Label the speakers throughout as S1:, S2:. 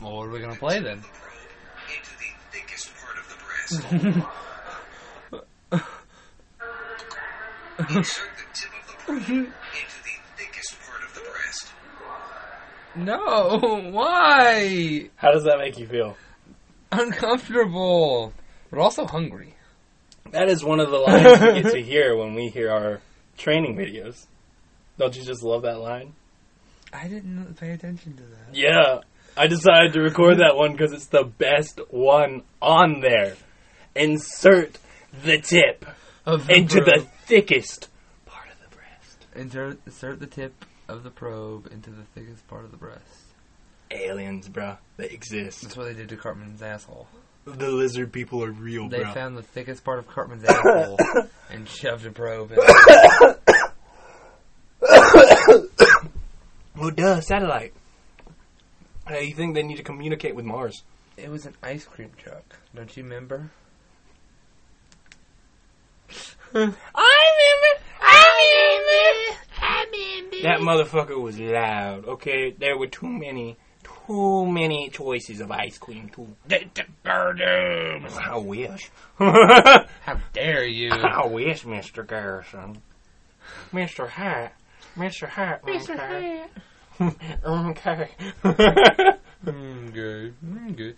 S1: Well, what are we gonna play then?
S2: into the thickest part of the breast. Insert the tip of the probe into the thickest part of the breast.
S1: No, why?
S3: How does that make you feel?
S1: Uncomfortable, but also hungry.
S3: That is one of the lines we get to hear when we hear our training videos. Don't you just love that line?
S1: I didn't pay attention to that.
S3: Yeah. I decided to record that one because it's the best one on there. Insert the tip
S1: Of
S3: into the
S1: probe.
S3: thickest part of the breast.
S1: insert, insert the tip of the probe into the thickest part of the breast.
S3: Aliens, bruh. They
S1: That's
S3: exist.
S1: what they did to Cartman's asshole.
S3: The lizard people are real,
S1: They
S3: bruh.
S1: found the thickest part of Cartman's asshole and shoved a probe in.
S3: well, duh, satellite. Uh, you think they need to communicate with Mars?
S1: It was an ice cream truck. Don't you remember?
S3: That motherfucker was loud. Okay, there were too many, too many choices of ice cream. Too. I wish. I
S1: How dare you?
S3: wish, Mister Garrison. Mister Hat. Mister Hat. Mister Hat. okay.
S1: Mm, good. Mm, good.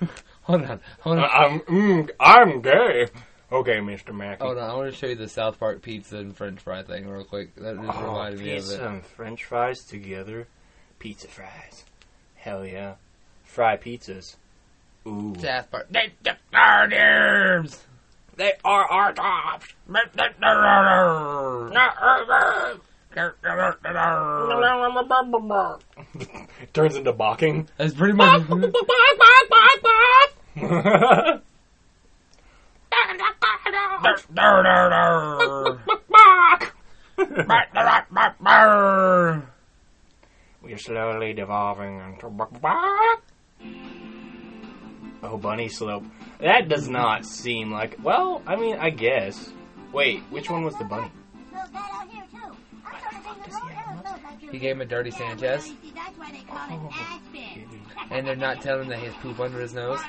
S1: Hold on. Hold on.
S3: I'm mm, I'm gay. Okay, Mister Mackey.
S1: Hold on. I want to show you the South Park pizza and French fry thing real quick. That just
S3: Oh,
S1: reminded me of
S3: pizza
S1: it.
S3: and french fries together. Pizza fries. Hell yeah. Fry pizzas. Ooh.
S1: South Park. They are ours.
S3: They are our jobs. Turns into balking.
S1: That's pretty much.
S3: That's We're slowly devolving into Oh, bunny slope. That does not seem like. Well, I mean, I guess. Wait, which one was the bunny?
S4: Move that out here too. I'm sort of being the road arrows look like you.
S1: he gave him a dirty Sanchez,
S4: See, that's why they call it
S3: Oh.
S4: Aspen.
S1: and they're not telling him that he has poop under his nose.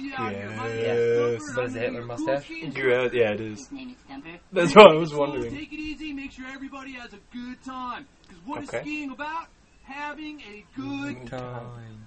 S3: Yes.
S1: But it's a Hitler mustache.
S3: Gross. Yeah, it is.
S4: His name is Stumper.
S3: That's what I was wondering.
S5: Take it easy. Make sure everybody has a good time. Because what is
S3: Okay. Mm-hmm.
S5: skiing about? Having a good
S1: Time.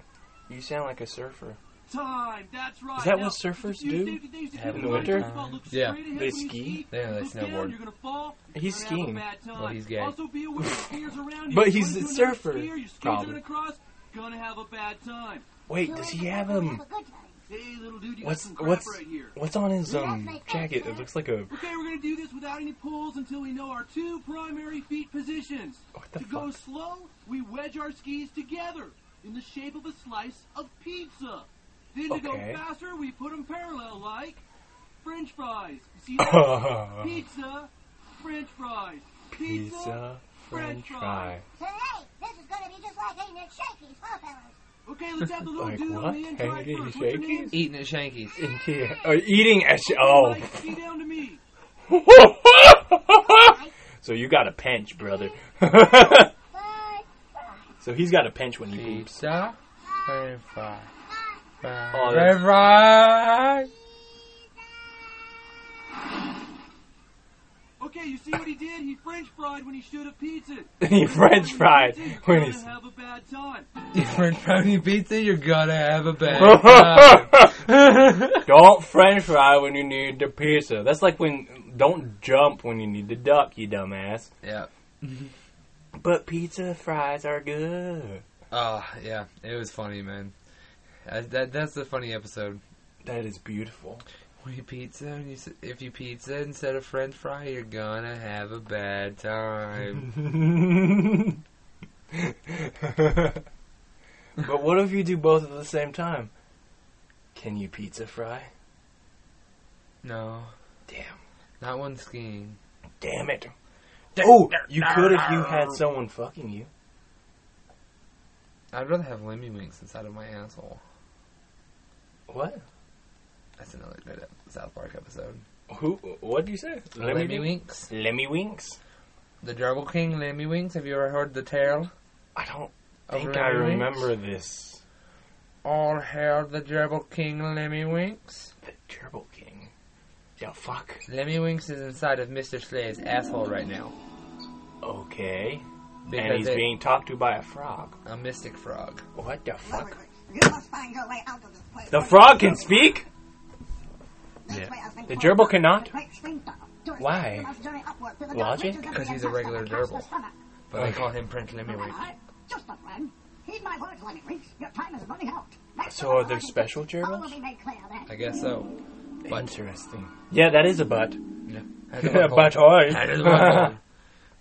S3: You sound like a surfer.
S5: time. That's right.
S3: Is that
S5: Now,
S3: what surfers
S5: a few
S3: do?
S5: safety things to
S1: Have
S5: keep
S3: a
S5: in mind.
S3: winter?
S5: First of all, look
S1: Yeah.
S5: straight ahead
S3: They
S5: when you
S3: ski?
S1: Yeah, they
S5: Look down,
S1: snowboard.
S5: You're gonna fall. You're
S3: He's
S5: gonna have a
S3: skiing.
S5: bad time.
S1: Well, he's gay.
S5: Also, be aware of skiers around you.
S3: But
S5: If you
S3: he's
S5: run
S3: a
S5: into another
S3: surfer,
S5: Skier, your skis
S3: probably.
S5: are gonna cross. Gonna have a bad time.
S3: Wait, does he have
S4: Have
S3: um?
S4: a good time.
S5: Hey, little dude, you
S3: What's
S5: got some crap
S3: what's
S5: right here.
S3: what's on his um jacket? It looks like a.
S5: Okay, we're gonna do this without any pulls until we know our two primary feet positions.
S3: What the
S5: to go
S3: fuck?
S5: slow, we wedge our skis together in the shape of a slice of pizza. Then to
S3: Okay.
S5: go faster, we put them parallel like French fries. You see, that? pizza, French fries, pizza.
S3: Pizza, French fry.
S4: Today, this is going to be just like eating at Shakey's, huh, fellas?
S5: Okay, let's have the little
S3: Like
S5: dude
S3: what?
S5: on the end
S3: Hey,
S5: try
S3: you
S5: first. What's your
S3: shakies?
S5: name?
S1: Eating at Shanky's.
S3: Yeah. Oh, eating at sh- E- oh.
S5: Mike, ski down to me.
S3: so you got a pinch, brother.
S4: Bye.
S3: so he's got a pinch when he poops.
S1: Pizza. French fry.
S3: Oh,
S1: French
S3: that's-
S1: fry.
S5: Okay, you see what he did? He French fried when he should have pizza.
S3: he French fried when he's.
S5: Gonna have a bad time.
S1: You French fry your pizza, you're gonna have a bad time.
S3: Don't French fry when you need the pizza. That's like when don't jump when you need to duck, you dumbass.
S1: yep.
S3: But pizza fries are good.
S1: Oh, yeah. It was funny, man. That, that that's the funny episode.
S3: That is beautiful.
S1: When you pizza, and you, s- if you pizza instead of French fry, you're gonna have a bad time.
S3: but what if you do both at the same time? Can you pizza fry?
S1: no,
S3: Damn.
S1: not one skiing.
S3: Damn it. Oh, you could if you had someone fucking you.
S1: I'd rather have lemmy winks inside of my asshole.
S3: What?
S1: That's another good ep- South Park episode.
S3: Who? What do you say?
S1: Lemmy,
S3: Lemmy Winks?
S1: winks.
S3: Lemmy Winks?
S1: The Gerbil King, Lemmy Winks. Have you ever heard the tale?
S3: I don't
S1: of
S3: think
S1: Lemmy
S3: I
S1: Winks?
S3: remember this.
S1: all hail the Gerbil King Lemmywinks.
S3: The Turbo King. Yeah, fuck.
S1: Lemmywinks is inside of Mr. Slade's asshole right now.
S3: Okay. and
S1: Because
S3: he's
S1: it-
S3: being talked to by a frog.
S1: a mystic frog.
S3: What the fuck?
S4: You must find your way out of this place.
S3: The frog can speak?
S4: This
S1: Yeah.
S4: way has been
S3: The
S4: closed.
S3: gerbil cannot?
S4: The great stream tunnel. Tourists
S3: Why?
S4: must journey upward through the
S3: Logic?
S4: dark reaches of the
S1: Because he's a
S4: imposter
S1: regular
S4: that catches
S1: gerbil.
S4: the stomach.
S1: But they call him Prince Lemmywink.
S4: Remember, Just a friend. Heed my words, Lemmywinks. Your time is running out. Next
S3: So
S4: time
S3: are there
S4: I see
S3: special
S4: you, all
S3: gerbils?
S4: will be made clear then.
S1: I guess so.
S5: Oh,
S1: Butt.
S3: Interesting. Yeah, that is a butt.
S1: Yeah.
S3: a butt hard.
S1: That is one hole.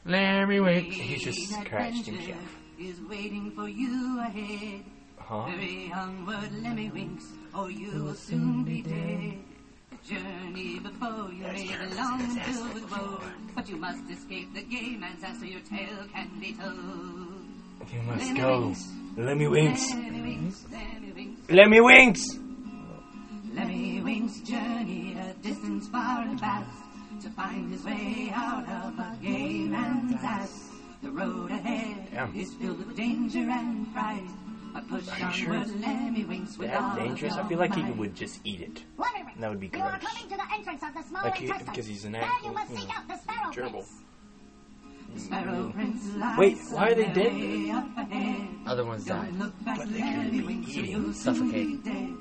S1: Lemmywinks.
S3: He just scratched himself.
S5: Is waiting for you ahead.
S3: Huh?
S5: Hurry onward, Lemmywinks, or you will soon be dead. The journey before you may be long and filled with woe, but you must escape the game and so your tale can be told.
S3: You must go. Lemmy Winks.
S5: Lemmywinks, Lemmywinks,
S3: Lemmy Winks!
S5: Lemmywinks journey a distance far and vast to find his way out of a game and ass. The road ahead
S3: Damn.
S5: is filled with danger and fright. But push
S3: Are you sure
S5: onward, Lemmywinks, with all
S3: That
S5: of
S3: dangerous? I
S5: your
S3: feel like he
S5: might.
S3: would just eat it.
S4: Lemmywinks,
S3: That would be
S4: You are
S3: gross.
S4: coming to the entrance of the small
S3: Like he-
S4: intestine.
S3: because he's an Hmm.
S4: There
S3: act-
S4: you must
S3: you
S4: seek
S3: know,
S4: out the sparrow
S3: gerbil.
S4: prince.
S5: Sparrow Prince lies
S3: Wait, why are they
S5: somewhere
S3: dead?
S5: way up ahead.
S1: Other one's
S5: Don't
S1: dying.
S5: look back,
S3: But they could be
S5: Lemmywinks, or
S3: eating.
S5: you'll soon be dead.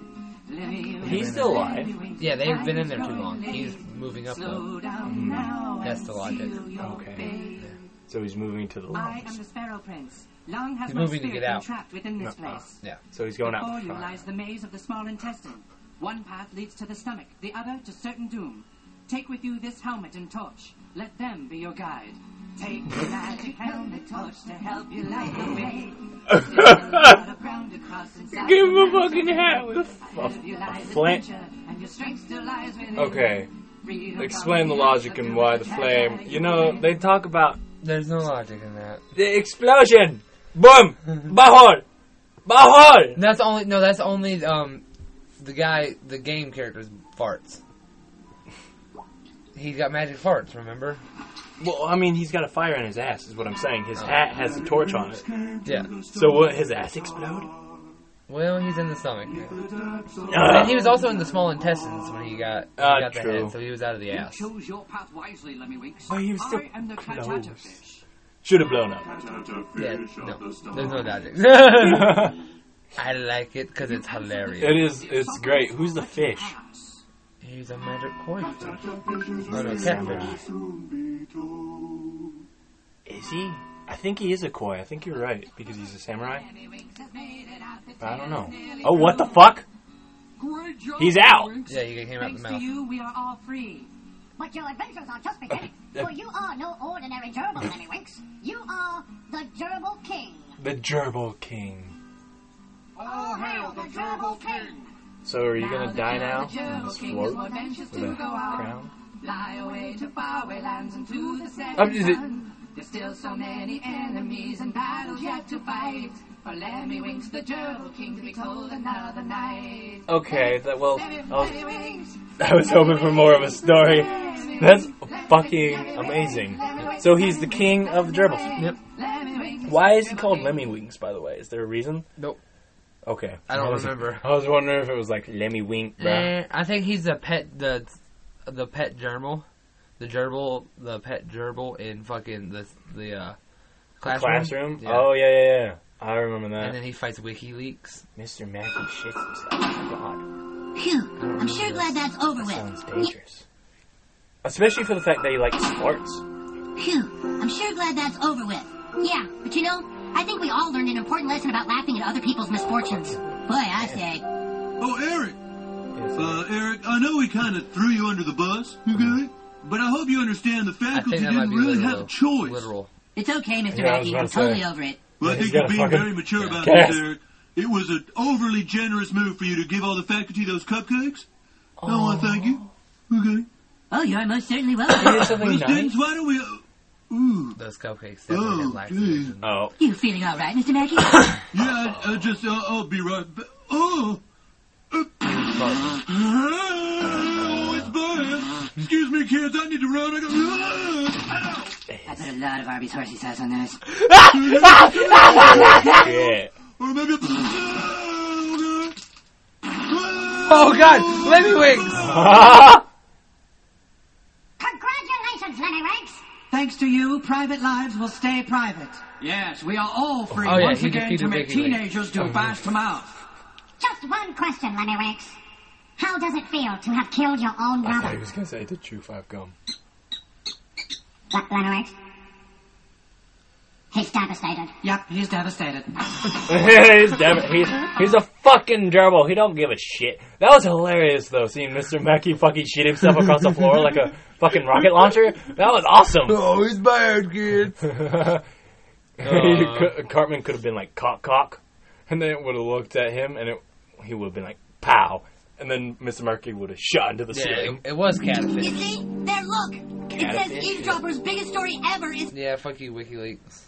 S5: Lemmywinks,
S3: He's still alive.
S5: Lemmywinks,
S1: Yeah, they've been in there too
S5: destroy
S1: long. He's
S5: Lemmywinks.
S1: moving up though.
S5: Slow down now
S1: That's
S5: and
S1: the logic.
S5: seal your
S3: Hmm. Okay.
S5: fate.
S3: So he's moving to the
S5: I am
S3: lungs.
S5: the Sparrow Prince. Long has
S1: He's
S5: my
S1: moving to
S5: spirit
S1: get out.
S5: been trapped within this
S3: Nuh-uh.
S5: place.
S1: Yeah.
S3: So he's going
S5: Before
S3: out.
S5: you lies the maze of the small intestine. One path leads to the stomach, the other to certain doom. Take with you this helmet and torch. Let them be your guide. Take the magic helmet torch to help you light the way. There's a lot of ground to cross inside
S3: Give him
S5: the
S3: a fucking
S5: mountain.
S3: hat with a
S5: Ahead of you lies
S3: flint.
S5: adventure, and your strength still lies within.
S3: Okay.
S5: Freedom
S3: Explain
S5: from
S3: the logic
S5: earth,
S3: and why the flame. You know, they talk about
S1: There's no logic in that.
S3: the explosion. Boom! Bahol! Bahol!
S1: That's only no. That's only um, the guy, the game character's farts. He got magic farts. Remember?
S3: Well, I mean, he's got a fire in his ass, is what I'm saying. His hat has a torch on it.
S1: Yeah.
S3: So will his ass explode?
S1: Well, he's in the stomach. now. And he was also in the small intestines when he got, he
S3: Ah,
S1: got the
S3: true.
S1: head, so he was out of the ass.
S6: Choose your path wisely, Lemmywinks.
S3: But he was Oh, still
S6: I am the
S3: close.
S6: Cantata fish.
S3: Should have blown up.
S1: Yeah. No. There's no logic. I like it because it's hilarious.
S3: it is. It's great. Who's the fish?
S6: Ass.
S1: He's a magic koi fish. Oh no, catfish.
S3: Is he? I think he is a koi. I think you're right because he's a samurai.
S5: Lemmywinks has made it out the
S3: I don't know.
S5: tail is nearly
S3: Oh, what the
S5: through.
S3: fuck?
S6: Great job,
S3: He's out.
S6: Lemmywinks.
S1: Yeah, he came out the
S5: Thanks to
S1: mouth.
S5: you, we are all free.
S4: But your adventures are just beginning.
S3: Uh, uh.
S4: For you are no ordinary gerbil, Lemmywinks. You are the gerbil king.
S3: The gerbil king.
S4: All hail Oh, the gerbil king.
S3: So are you gonna die now?
S5: Gerbil
S3: Just
S5: King is
S3: float
S5: more ventures
S3: with a
S5: to go out.
S3: crown?
S5: Lie away to faraway lands and to the
S3: I'm just-
S5: setting sun. There's still so many enemies and battles yet to fight. For Lemmywinks, the Gerbil King, to be told another night.
S3: Okay. That well. I was,
S5: Lemmywinks,
S3: I was hoping for more of a story. That's fucking amazing. So he's the king of the gerbils.
S1: Yep.
S5: Lemmywinks.
S3: Why is he called Lemmy Wings? By the way, is there a reason?
S1: Nope.
S3: Okay.
S1: I don't
S3: was-
S1: remember.
S3: I was wondering if it was like Lemmy Wink, bruh.
S1: Eh, I think he's the pet the the pet gerbil, the gerbil, the pet gerbil in fucking the the uh, classroom.
S3: Classroom?
S1: Yeah.
S3: Oh yeah, yeah, yeah. I remember that.
S1: And then he fights WikiLeaks.
S3: Mr. Magic shits himself. God,
S4: Phew.
S1: I'm sure glad
S4: that's over
S3: that sounds dangerous. Especially for the fact that he likes sports.
S4: Phew. I'm sure glad that's over with. Yeah, but you know, I think we all learned an important lesson about laughing at other people's misfortunes. Boy, I say.
S6: Oh, Eric.
S3: Yes,
S6: Uh, Eric, I know we kind of threw you under the bus, okay? But I hope you understand the
S1: Mm-hmm. I
S6: faculty
S1: think that might
S6: didn't
S1: be
S6: really
S1: literal.
S6: have a choice.
S1: Literal.
S4: It's okay, Mr.
S3: Yeah, I was
S4: Mackey.
S3: about
S4: I'm
S3: to
S4: totally
S3: say.
S4: over it.
S6: Well, I
S3: He's
S6: think
S3: got
S6: you're
S3: a
S6: being
S3: fucking
S6: very mature about
S3: cat.
S6: this, Eric. It was an overly generous move for you to give all the faculty those cupcakes. I want to thank you. Okay.
S4: Oh, you're most certainly welcome.
S3: Here's something
S6: Well,
S3: nice.
S6: students, why don't we... Uh, ooh.
S1: Those cupcakes
S6: Oh,
S1: definitely had lactose.
S6: dude.
S3: Oh,
S4: you feeling all right, Mr. Mackey?
S6: Yeah, I, I just... Uh, I'll be right back. Oh!
S1: But
S6: Oh, it's burning. Excuse me, kids. I need to run. I got... Ow!
S4: I put a lot of Arby's horsey sauce on those.
S5: Ah!
S3: shit.
S6: Or maybe...
S1: Oh god, Lemmy Wings!
S4: Congratulations, Lenny Riggs.
S5: Thanks to you, private lives will stay private. Yes, we are all free
S1: Oh, yeah,
S5: once
S1: he did-
S5: again
S1: he
S5: to
S1: did
S5: make
S1: Mickey Mouse.
S5: teenagers do fast to mouth.
S4: Just one question, Lenny Riggs. How does it feel to have killed your own
S3: I thought he
S4: brother,
S3: was gonna say to chew five gum.
S4: Le- Lenny Riggs? He's devastated.
S5: Yep, he's devastated.
S3: he's, dev- he's he's a fucking gerbil. He don't give a shit. That was hilarious though, seeing Mr. Mackey fucking shit himself across the floor like a fucking rocket launcher. That was awesome.
S1: Oh, he's bad, kid.
S3: Cou- Cartman could have been like cock cock, and then it would have looked at him, and it he would have been like pow, and then Mr. Mackey would have shot into the
S1: Yeah, it,
S3: ceiling.
S1: it was
S4: You
S1: catfish.
S4: see? There, look! It says
S3: Catfish.
S4: Eavesdropper's biggest story ever is...
S1: Yeah, fuck you, WikiLeaks.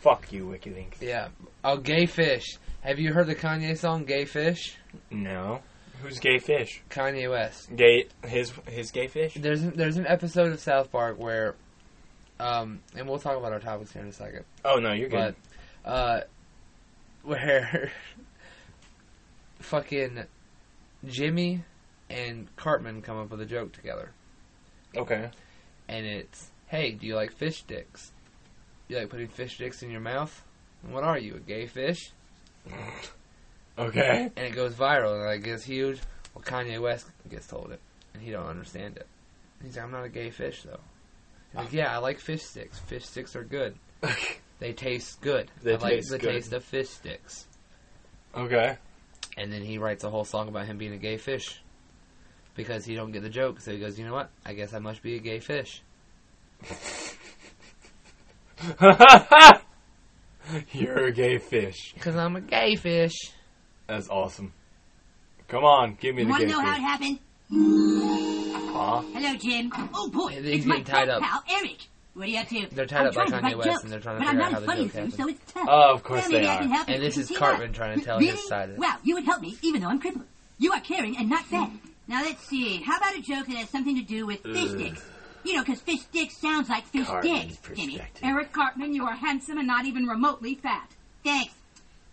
S3: Fuck you, WikiLeaks.
S1: Yeah. Oh, Gay Fish. Have you heard the Kanye song, Gay Fish?
S3: No, who's gay fish?
S1: Kanye West.
S3: Gay his his gay fish.
S1: There's there's an episode of South Park where, um, and we'll talk about our topics here in a second,
S3: Oh no, you're good.
S1: but uh, where fucking Jimmy and Cartman come up with a joke together,
S3: okay.
S1: and it's, hey, do you like fish sticks? You like putting fish sticks in your mouth? What are you, a gay fish?
S3: Okay.
S1: And it goes viral and it gets huge. Well, Kanye West gets told it, and he don't understand it. He's like, I'm not a gay fish though. He's like, yeah, I like fish sticks. Fish sticks are good. They taste good.
S3: They
S1: I like
S3: taste
S1: the
S3: good.
S1: taste of fish sticks.
S3: okay.
S1: And then he writes a whole song about him being a gay fish because he don't get the joke. So he goes, you know what? I guess I must be a gay fish.
S3: You're a gay fish.
S1: Because I'm a gay fish.
S3: That's awesome. Come on, give me
S4: You
S3: the
S4: wanna
S3: gay
S4: know how it
S3: fish.
S4: happened?
S3: Huh?
S4: Hello, Jim. Oh boy,
S1: Yeah, they-
S4: it's
S1: they
S4: my
S1: tied
S4: tied
S1: up.
S4: pal Eric. What are you up to?
S1: They're tied
S4: I'm
S1: up by
S4: trying to
S1: Kanye
S4: write
S1: West,
S4: jokes,
S1: and they're trying to
S4: but
S1: figure
S4: I'm
S1: out
S4: not
S1: how
S4: as
S1: the
S4: funny
S1: joke
S4: as you,
S1: happened.
S4: so it's tough.
S3: Oh, of course
S4: well, maybe
S3: they
S4: I can
S3: are.
S4: help
S1: And
S4: you.
S1: this
S4: You
S1: is
S4: see
S1: Cartman
S4: that?
S1: trying to tell
S4: really?
S1: his side of it.
S4: Well, you would help me, even though I'm crippled. You are caring and not fed. Now let's see. How about a joke that has something to do with fish sticks? You know, because fish sticks sounds like fish
S3: Cartman's
S4: dicks, Jimmy.
S3: perspective.
S7: Eric Cartman, you are handsome and not even remotely fat.
S4: Thanks.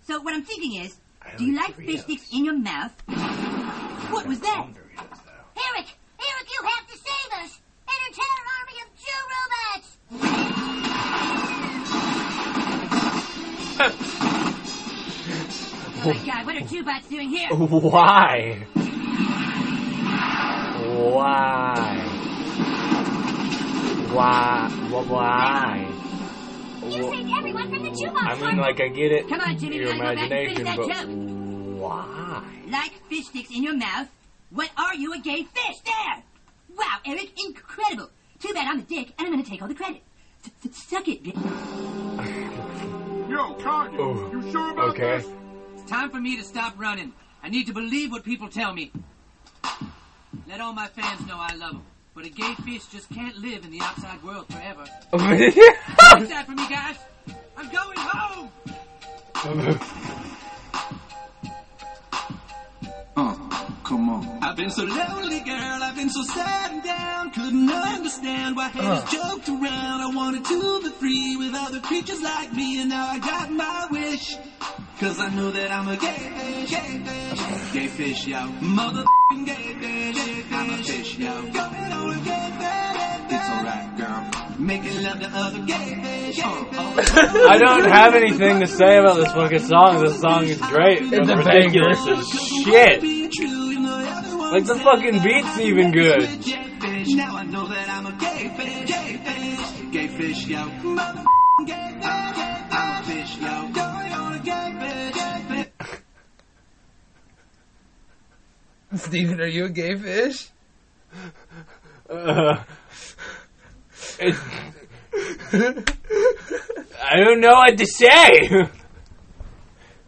S4: So what I'm thinking is,
S3: I
S4: do you
S3: like
S4: like fish
S3: Doritos.
S4: sticks in your mouth? What was that?
S8: Eric, Eric, you have to save us! Enter an army of Jew robots!
S4: Oh my god, what are two bots doing here?
S3: Why? Why? Why? Why?
S8: You saved everyone from the Jew bots,
S3: I mean, like, I get it.
S4: Come on, Jimmy,
S3: your
S4: we gotta go back and
S3: imagination,
S4: finish
S3: but
S4: that
S3: why?
S4: Like fish sticks in your mouth. What are you, a gay fish? There! Wow, Eric, incredible. Too bad I'm a dick and I'm gonna take all the credit. S- s- Suck it, dick.
S6: Yo, Kanye,
S3: Oh,
S6: you sure about
S3: Okay.
S6: this?
S5: It's time for me to stop running. I need to believe what people tell me. Let all my fans know I love them. But a gay fish just can't live in the outside world forever. That's that for me, guys. I'm going home. I've been so lonely, girl. I've been so sad and down. Couldn't understand why haters joked around. I wanted to be free with other creatures like me, and now I got my wish. Cause I know that I'm a gay fish, gay fish, gay fish, yo. Motherfucking gay fish, I'm a fish, yo. Going on a gay fish, it's alright, girl. Making love to other gay fish, Oh,
S3: I don't have anything to say about this fucking song. This song is great. It's
S1: a
S3: ridiculous as shit. Like the fucking beat's even good.
S6: Now I know that I'm a gay fish, gay fish, gay fish, yo. Mother gay fish, I'm a fish, yo. Going on a gay fish, gay fish.
S1: Steven, are you a gay fish?
S3: Uh, it's, I don't know what to say.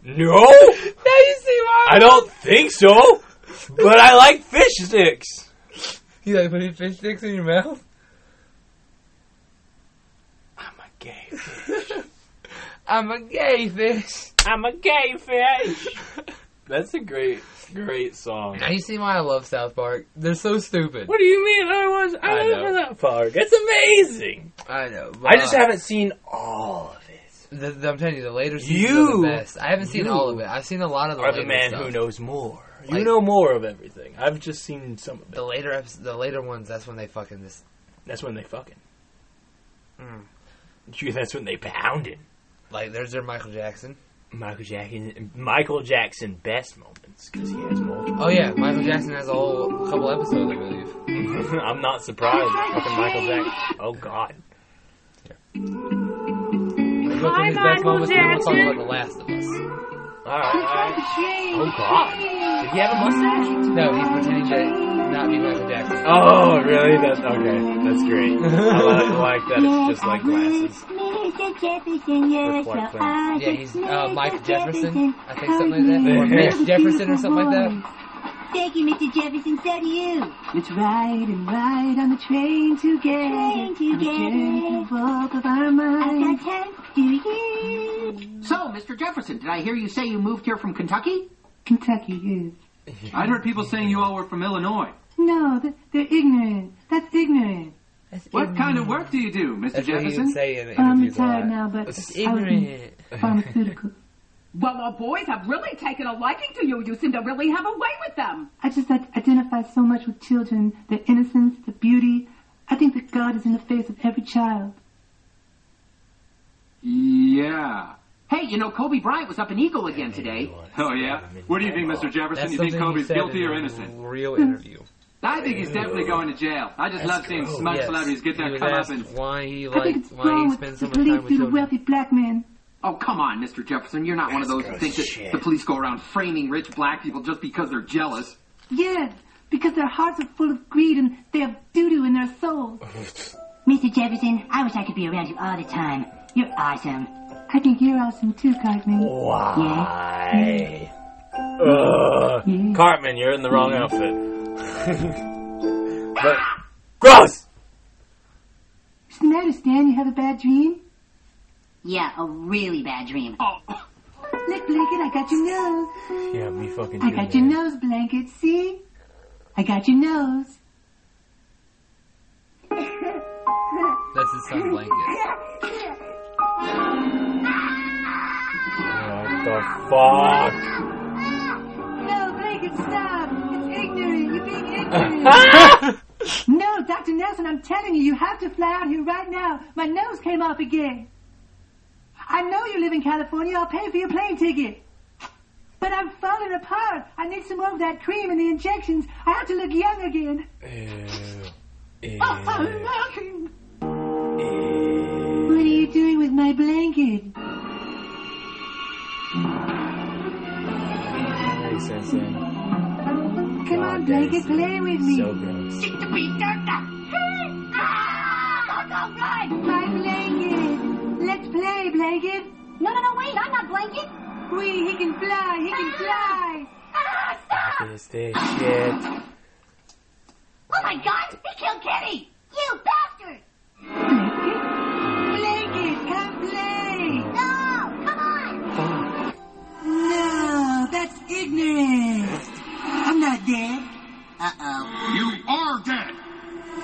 S3: No,
S1: Now you see why.
S3: I don't think so. But I like fish sticks.
S1: You like putting fish sticks in your mouth?
S3: I'm a gay. Fish.
S1: I'm a gay fish.
S3: I'm a gay fish. That's a great, great song.
S1: Now you see why I love South Park. They're so stupid.
S3: What do you mean? I was I,
S1: I
S3: was
S1: know.
S3: in that park. It's amazing.
S1: I know. But
S3: I just haven't seen all of it.
S1: The, the- I'm telling you, the later seasons are
S3: You-
S1: the best. I haven't seen
S3: you
S1: all of it. I've seen a lot of the
S3: Are
S1: later
S3: the man
S1: stuff.
S3: who knows more. You
S1: Like-
S3: know more of everything. I've just seen some of
S1: The
S3: it.
S1: later episodes, the later ones. That's when they fucking this.
S3: That's when they fucking. Hmm.
S1: Mm.
S3: Gee, That's when they pounded.
S1: Like there's their Michael Jackson.
S3: Michael Jackson. Michael Jackson best moments because he has multiple.
S1: Oh yeah, Michael Jackson has a whole couple episodes, I believe.
S3: I'm not surprised. Fucking Oh, Michael Jackson. Oh God.
S1: Let's go through his best moments, and then we'll talk about The Last of Us.
S3: All right. All right. Oh God. Did he have a mustache?
S1: No, he's pretending to not be Michael Jackson.
S3: Oh really? That's okay. That's great. I like, like that. It's just like glasses. Or Clark Kent.
S1: Yeah, he's uh, Mike Jefferson, I think something like that, or Mitch Jefferson or something like that.
S4: Thank you, Mr. Jefferson. So do you.
S9: Let's ride and ride on the train together.
S4: Train together.
S9: The bulk of our
S4: I've
S9: minds.
S4: got time to you.
S10: So, Mr. Jefferson, did I hear you say you moved here from Kentucky?
S9: Kentucky is.
S5: I'd heard people saying you all were from Illinois.
S9: No, th- they're ignorant. That's ignorant.
S5: What kind of work do you do, Mr.
S1: That's what
S5: Jefferson?
S1: he'd say in
S9: I'm
S1: interviews a lot.
S9: retired now, but
S1: It's
S9: I was in
S1: ignorant.
S9: pharmaceutical.
S7: Well, our boys have really taken a liking to you. You seem to really have a way with them.
S9: I just I- identify so much with children, their innocence, their beauty. I think that God is in the face of every child.
S5: Yeah.
S10: Hey, you know, Kobe Bryant was up in Eagle again today.
S5: Oh, yeah? What do you think, Mr. Jefferson?
S1: That's
S5: You think
S1: something he
S5: Kobe's
S1: said
S5: guilty
S1: in
S5: or
S1: a
S5: innocent?
S1: Real interview.
S5: I think he's definitely going to jail. I just love seeing smug
S1: Yes.
S5: celebrities get
S1: he
S5: their
S1: was asked
S5: comeuppance.
S1: why he
S9: I think
S1: like
S9: it's
S1: why
S9: wrong
S1: he
S9: with
S1: spends so
S9: the
S1: much time
S9: police
S1: with
S9: do to
S1: children.
S9: wealthy black men.
S10: Oh, come on, Mr. Jefferson. You're not one of those who think that the police go around framing rich black people just because they're jealous.
S9: Yes, because their hearts are full of greed and they have doo-doo in their souls.
S4: Mr. Jefferson, I wish I could be around you all the time. You're awesome.
S9: I think you're awesome too,
S1: Oh.
S9: Cosmo.
S3: Why? Ugh. Cartman, you're in the wrong outfit. but, gross!
S9: What's the matter, Stan? You have a bad dream?
S4: Yeah, a really bad dream.
S7: Oh,
S9: Look, Blanket, I got your nose.
S3: Yeah, me fucking
S9: I
S3: too,
S9: got your
S3: man.
S9: nose, Blanket. See? I got your nose.
S1: That's his son blanket.
S3: What the
S9: No, Blanket, stop. It's ignorant. You're being ignorant.
S3: fuck?
S9: no, Dr. Nelson, I'm telling you, you have to fly out here right now. My nose came off again. I know you live in California. I'll pay for your plane ticket. But I'm falling apart. I need some more of that cream and the injections. I have to look young again.
S3: Ew.
S9: What are you doing with my blanket?
S3: Makes sense, then.
S9: Come on, blanket, play with me.
S3: So gross.
S9: My blanket. Let's play, blanket.
S4: No, no, no, wait, I'm not blanket.
S9: We, he can fly, he can fly.
S4: Ah, stop!
S3: Is this shit?
S4: Oh my god, he killed Kitty! You bastard!
S9: Blanket, come play.
S4: No, come on!
S9: No, that's ignorant. I'm not dead.
S4: Uh-oh.
S11: You are dead.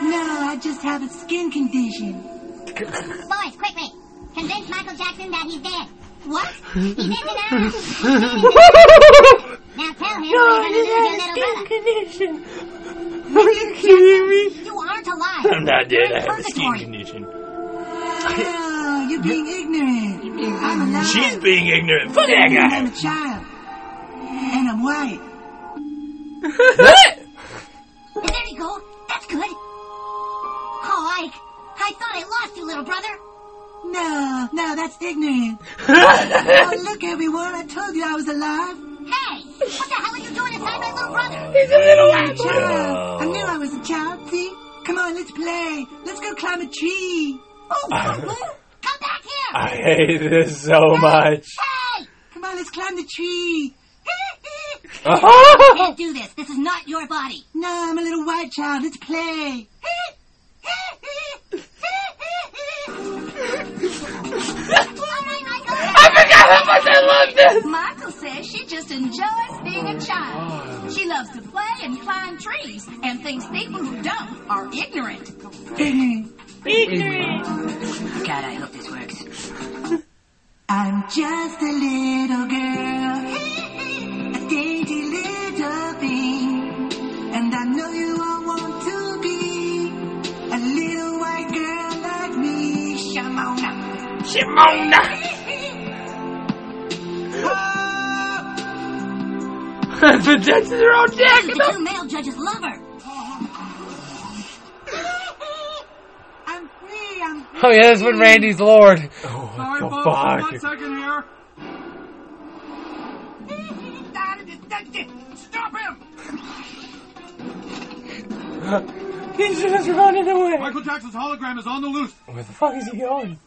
S9: No, I just have a skin condition.
S4: Boys, quickly, convince Michael Jackson that he's dead. What? He's in denial. now tell him we're gonna lose your little brother.
S3: condition. Are you kidding me?
S4: You aren't alive.
S3: I'm not dead.
S4: You're
S3: I
S4: in
S3: have a skin
S4: purgatory.
S3: condition.
S9: No, you're being ignorant. I'm alive.
S3: She's being ignorant. Fuck that
S9: I'm
S3: guy.
S9: a child. And I'm white.
S3: What?
S4: There you go. That's good. Oh, Ike, I thought I lost you, little brother.
S9: No, no, that's ignorant. oh, look, everyone, I told you I was alive.
S4: Hey, what the hell are you doing inside my little brother?
S9: I'm a child. I knew I was a child, see? Come on, let's play. Let's go climb a tree.
S4: Oh, oh, Lou, come back here.
S3: I hate this so much.
S4: Hey!
S9: Come on, let's climb the tree.
S4: Can't do this. This is not your body.
S9: No, I'm a little white child. Let's play.
S4: All right, Michael. I
S7: Michael says she just enjoys being a child. She loves to play and climb trees and thinks people who don't are ignorant.
S9: Ignorant.
S1: Ignorant.
S4: God, I hope this works.
S9: I'm just a little girl, a dainty little thing, and I know you all want to be a little white girl like me, Shamona.
S1: the judges are all jacked
S7: The
S1: up.
S7: two male judges love her.
S9: I'm free, I'm
S1: Oh yeah, that's when Randy's lord.
S5: Sorry,
S1: the
S5: folks.
S1: fuck?
S5: One second here.
S12: Stop him!
S3: He's just running away.
S5: Michael Jackson's hologram is on the loose.
S3: Where the fuck is he going?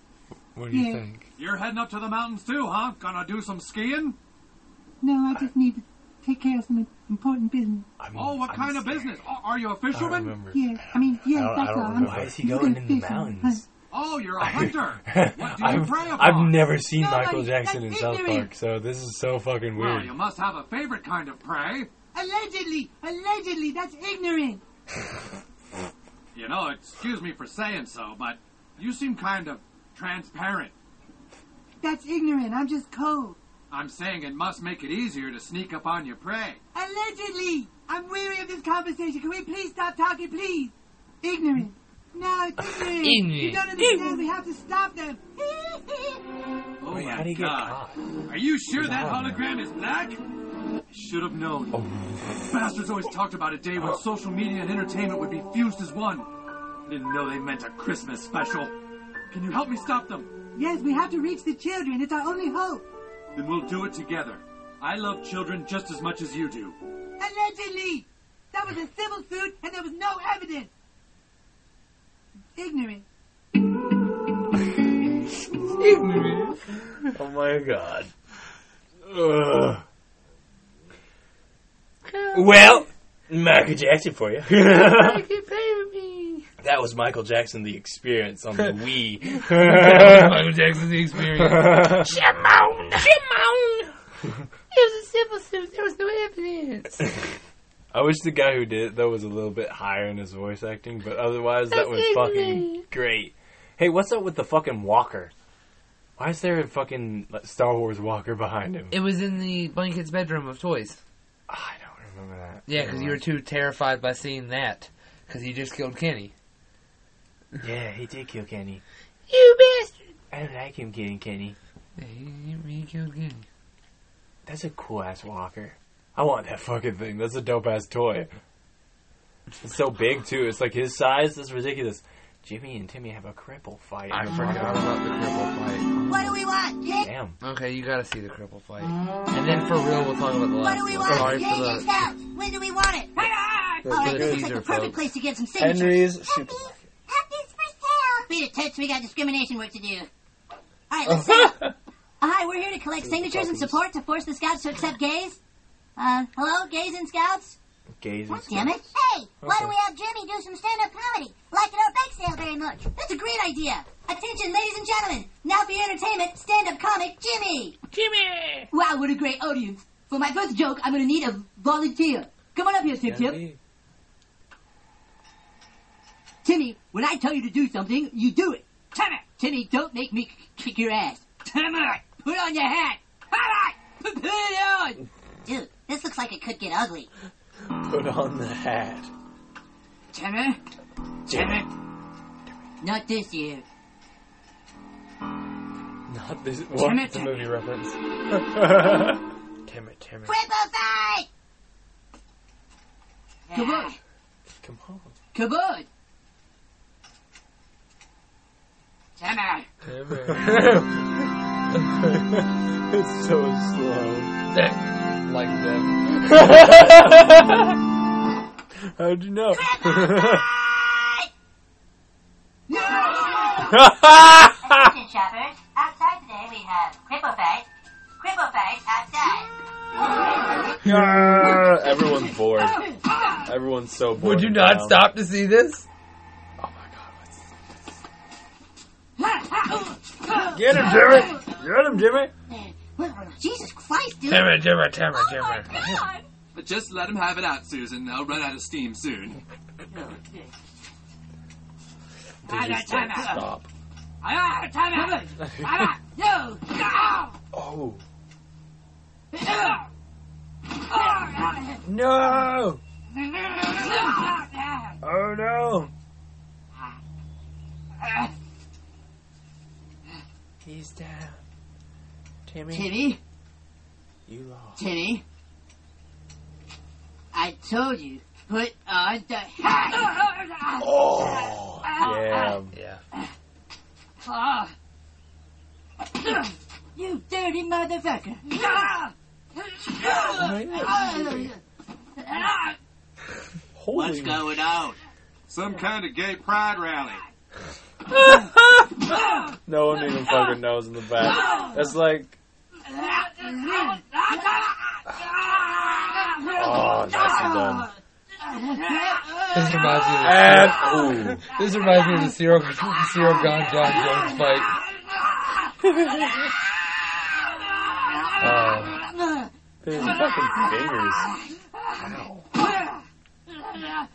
S1: What do you think?
S5: You're heading up to the mountains too, huh? Gonna do some skiing?
S9: No, I just need to take care of some important business.
S5: oh, what kind of business? Oh, are you a fisherman?
S9: Yeah, I mean,
S3: I
S9: yeah,
S3: don't- I
S9: that's
S3: don't
S9: all. I'm
S3: remember. Why is he going in the
S9: fishing,
S3: mountains?
S5: Oh, you're a hunter. what do you
S3: I've,
S5: prey upon?
S3: I've never seen
S9: Nobody
S3: Michael Jackson in
S9: that's
S3: South
S9: ignorant.
S3: Park, so this is so fucking
S5: Well, you
S3: weird.
S5: must have a favorite kind of prey.
S9: huh? Allegedly, allegedly, that's ignorant.
S5: You know, excuse me for saying so, but you seem kind of transparent.
S9: That's ignorant. I'm just cold.
S5: I'm saying it must make it easier to sneak up on your prey.
S9: Allegedly, I'm weary of this conversation. Can we please stop talking, please? Ignorant. No, it's ignorant.
S1: Ignorant.
S9: You don't understand. We have to stop them.
S5: Oh
S3: Wait,
S5: my
S3: how'd he get
S5: god.
S3: caught?
S5: Are you sure
S3: He's
S5: that
S3: out now.
S5: hologram is black? I should have known.
S3: Oh.
S5: Bastards always talked about a day when social media and entertainment would be fused as one. Didn't know they meant a Christmas special. Can you help me stop them?
S9: yes, we have to reach the children. It's our only hope.
S5: Then we'll do it together. I love children just as much as you do.
S9: Allegedly, that was a civil suit, and there was no evidence. Ignorant.
S3: Oh my god. Ugh. Well, Michael Jackson for you. That was Michael Jackson the experience on the Wii.
S1: Michael Jackson's the experience. Shimon! Shimon! It was a simple suit. There was no evidence.
S3: I wish the guy who did it though was a little bit higher in his voice acting, but otherwise that was fucking great. Hey, what's up with the fucking walker? Why is there a fucking like, Star Wars walker behind him?
S1: It was in the blanket's bedroom of toys.
S3: I don't remember that.
S1: Yeah, because you were too terrified by seeing that. Because you just killed Kenny.
S3: Yeah, he did kill Kenny.
S1: You bastard!
S3: I don't like him getting Kenny.
S1: Yeah, he, he- he killed Kenny.
S3: That's a cool ass walker. I want that fucking thing. That's a dope ass toy. It's so big too. It's like his size. That's ridiculous. Jimmy and Timmy have a cripple fight.
S1: I forgot about the cripple
S7: What do we want? Jake?
S3: Damn.
S1: fight. Okay, you gotta see the cripple fight. And then for real, we'll talk about the
S7: What
S1: last
S7: do we
S1: one.
S7: want?
S1: Sorry for
S7: Jake is
S1: the.
S7: out. When do we want it?
S1: for
S7: All right,
S1: the
S7: this looks like
S1: teaser,
S7: the perfect
S1: folks.
S7: place to get some signatures.
S3: Henry's
S7: Happy, happy's for sale. Beat it, Toots. We got discrimination work to do. All right, let's
S3: Uh-huh.
S7: see. Hi, we're here to collect signatures and support to force the scouts to accept gays. Uh, hello, gays and scouts.
S3: Gays.
S7: God damn it! Hey, why don't we have Jimmy do some stand-up comedy, like at our bake sale very much? That's a great idea. Attention, ladies and gentlemen. Now for your entertainment, stand-up comic Jimmy.
S1: Jimmy!
S7: Wow, what a great audience. For my first joke, I'm going to need a volunteer. Come on up here, Tip Tip. Timmy, when I tell you to do something, you do it.
S13: Timmy!
S7: Timmy, don't make me k- kick your ass.
S13: Timmy!
S7: Put on your hat.
S13: All right! Put it on!
S7: Dude, this looks like it could get ugly.
S3: Put on the hat.
S13: Timmy! Timmy!
S7: Not this year.
S3: Not this.
S13: Damn
S3: What?
S13: it.
S3: The movie reference. damn it! Damn it!
S7: Cripple fight!
S13: Come on!
S3: Come on.
S13: Come on! Timmy!
S3: it's so slow.
S1: like that.
S3: How'd you know?
S14: Attention shoppers, outside today we have Cripple Fight, Cripple Fight outside.
S3: Everyone's bored. Everyone's so bored.
S1: Would you
S3: and
S1: not
S3: down.
S1: stop to see this?
S3: Oh my god, what's Get him, Jimmy! Get him, Jimmy!
S7: Jesus Christ, dude.
S1: Timmy, Timmy, Timmy,
S7: Oh my
S1: Timmy.
S7: god!
S5: But just let him have it out, Susan. They'll run out of steam soon.
S3: They just don't stop.
S5: All right, time out. All right, you go.
S3: Oh.
S1: No!
S3: Oh no!
S1: He's down. Timmy.
S4: Timmy,
S1: You lost.
S4: Timmy. I told you, put on the hat.
S3: Oh. Yeah.
S1: Yeah.
S4: You dirty motherfucker.
S7: Oh,
S11: What's going on? Some kind of gay pride rally.
S3: No one even fucking knows in the back. That's like. Oh, nicely done.
S1: This reminds me of
S3: And ooh.
S1: This reminds me of the Zero, Zero Gone John Jones fight. Oh.
S3: His fucking fingers. Wow.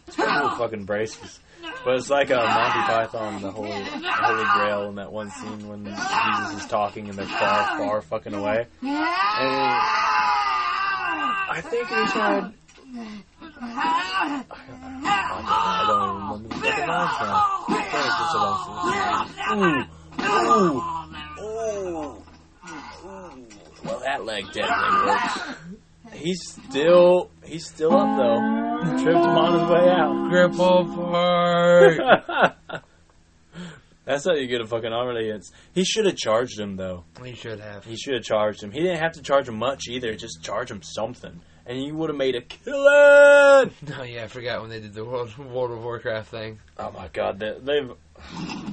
S3: It's pretty cool fucking braces. But it's like a Monty Python, the Holy, the Holy Grail, in that one scene when Jesus is talking and they're far, far fucking away. And I think he tried. I don't even remember the fucking lines now. I feel like it's a long scene. Ooh. Ooh. Well, that leg definitely works. He's still he's still up though. Tripped him on his way out.
S1: Grandpa Park!
S3: That's how you get a fucking arm against. He should have charged him though.
S1: We should have.
S3: He should have charged him. He didn't have to charge him much either. Just charge him something, and you would have made a killing.
S1: Oh yeah, I forgot when they did the World, World of Warcraft thing.
S3: Oh my god, they, they've.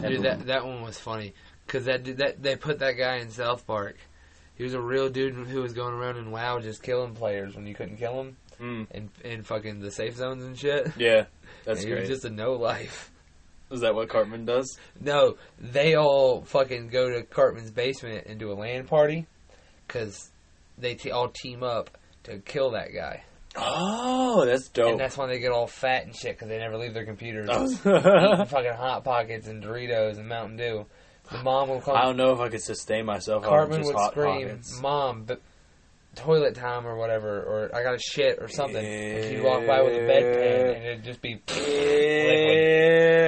S1: Dude, that that one was funny because that dude- that they put that guy in South Park. He was a real dude who was going around in WoW just killing players when you couldn't kill them,
S3: Mm,
S1: and and fucking the safe zones and shit.
S3: yeah, that's
S1: And he
S3: great.
S1: was just a no life.
S3: Is that what Cartman does?
S1: No, they all fucking go to Cartman's basement and do a land party because they te- all team up to kill that guy,
S3: Oh, that's dope.
S1: and that's why they get all fat and shit because they never leave their computers.
S3: Oh.
S1: Eating fucking hot pockets and Doritos and Mountain Dew. The mom will come.
S3: I don't know if I could sustain myself. on
S1: Cartman
S3: just
S1: would
S3: hot
S1: scream,
S3: pockets.
S1: "Mom, but toilet time or whatever, or I got to shit or something." And she'd walk by with a bedpan, and it'd just be.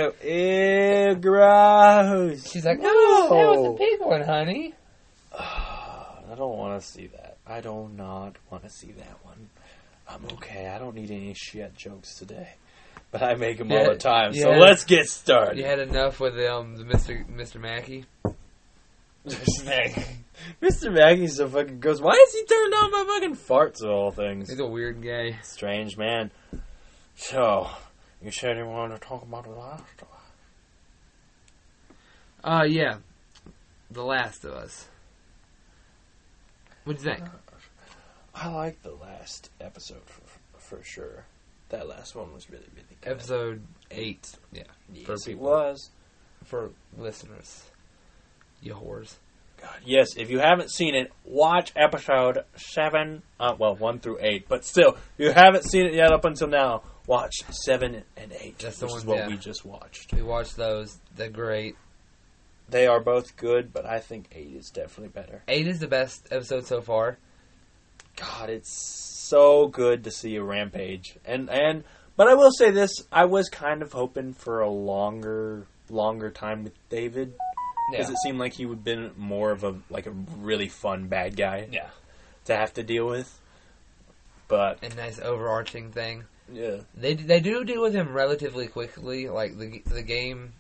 S3: Ew, ew, gross.
S1: She's like, "No, that was
S3: No.
S1: a big one, honey."
S3: I don't want to see that. I do not want to see that one. I'm okay. I don't need any shit jokes today. But I make them all
S1: Yeah,
S3: the time. So
S1: yeah.
S3: let's get started.
S1: You had enough with um, the Mr. Mr. Mackey.
S3: Mr. Maggie. Mr. Maggie's so fucking gross. Why is he turned on by fucking farts of all things?
S1: He's a weird guy.
S3: Strange man. So, you said you wanted to talk about the last one.
S1: Uh, yeah, The Last of Us. What'd you think?
S3: I like the last episode for, for sure. That last one was really, really good.
S1: Episode eight. Yeah,
S3: yes,
S1: for
S3: it
S1: people.
S3: was.
S1: for listeners, you whores.
S3: God, yes, if you haven't seen it, watch episode 7, uh, well, 1 through 8. But still, if you haven't seen it yet up until now, watch 7 and 8.
S1: That's the
S3: which
S1: one,
S3: is what
S1: yeah.
S3: we just watched.
S1: We watched those. They're great.
S3: They are both good, but I think 8 is definitely better.
S1: Eight is the best episode so far.
S3: God, it's so good to see a rampage. And and but I will say this, I was kind of hoping for a longer longer time with David because it seemed like he would been more of a like a really fun bad guy
S1: Yeah.
S3: to have to deal with. But
S1: A nice overarching thing.
S3: yeah,
S1: They they do deal with him relatively quickly. Like the the game,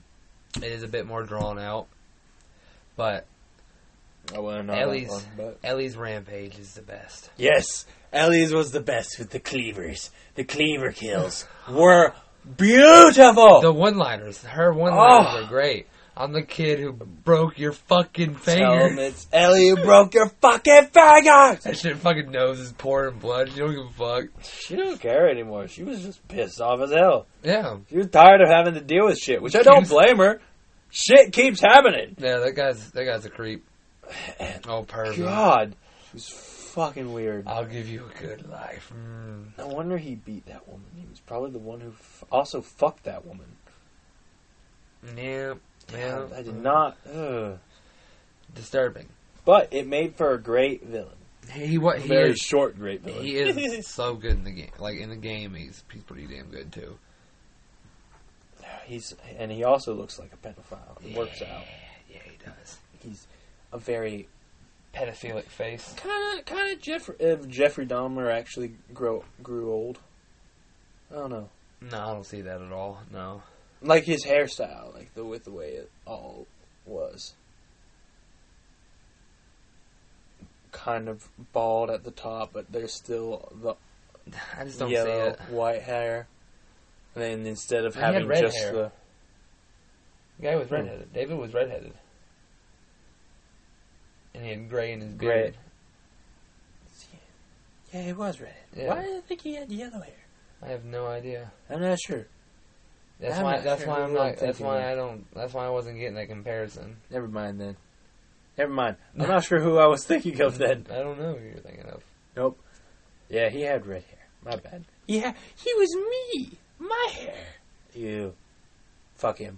S1: it is a bit more drawn out. But
S3: I wouldn't know that
S1: Ellie's
S3: one, but
S1: Ellie's rampage is the best.
S3: yes, Ellie's was the best with the cleavers. The cleaver kills were beautiful.
S1: The one liners, her one liners
S3: Oh.
S1: are great. I'm the kid who broke your fucking
S3: Tell 'em
S1: finger.
S3: it's Ellie who broke your fucking finger.
S1: That shit fucking nose is pouring blood. She don't give a fuck.
S3: She don't care anymore. She was just pissed off as hell.
S1: Yeah,
S3: She was tired of having to deal with shit, which I don't blame her. Shit keeps happening.
S1: yeah. That guy's that guy's a creep. Oh, pervert.
S3: God, she was fucking weird.
S1: I'll give you a good life. Mm.
S3: No wonder he beat that woman. He was probably the one who f- also fucked that woman.
S1: Yeah. Yeah.
S15: I did not. Ugh.
S1: Disturbing.
S15: But it made for a great villain.
S1: He what? He
S15: Very
S1: is-
S15: short, great villain.
S1: He is so good in the game. Like in the game, he's he's pretty damn good too.
S15: He's and he also looks like a pedophile. It works out.
S1: Yeah, he does.
S15: He's a very
S1: pedophilic face.
S15: Kind of, kind of Jeffrey. If Jeffrey Dahmer actually grow grew old, I don't know.
S1: No, I don't see that at all. No.
S15: Like his hairstyle, like the with the way it all was. Kind of bald at the top, but there's still the
S1: I just don't see
S15: yellow,
S1: it.
S15: white hair. And then instead of
S1: He had
S15: having
S1: red
S15: just
S1: hair.
S15: the
S1: The guy was redheaded. David was redheaded. And he had gray in his
S15: Gray.
S1: beard.
S15: yeah, he was red.
S1: Yeah.
S15: Why did I think he had yellow hair?
S1: I have no idea.
S15: I'm not sure.
S1: That's
S15: I'm
S1: why.
S15: not
S1: That's
S15: sure
S1: why
S15: who
S1: I'm
S15: I'm
S1: not. That's
S15: thinking
S1: why
S15: of.
S1: I don't. That's why I wasn't getting that comparison.
S15: Never mind then. Never mind. I'm not sure who I was thinking of then.
S1: I don't know who you're thinking of.
S15: Nope. Yeah, he had red hair. My bad. Yeah, he was me. My hair. You. Fuck him.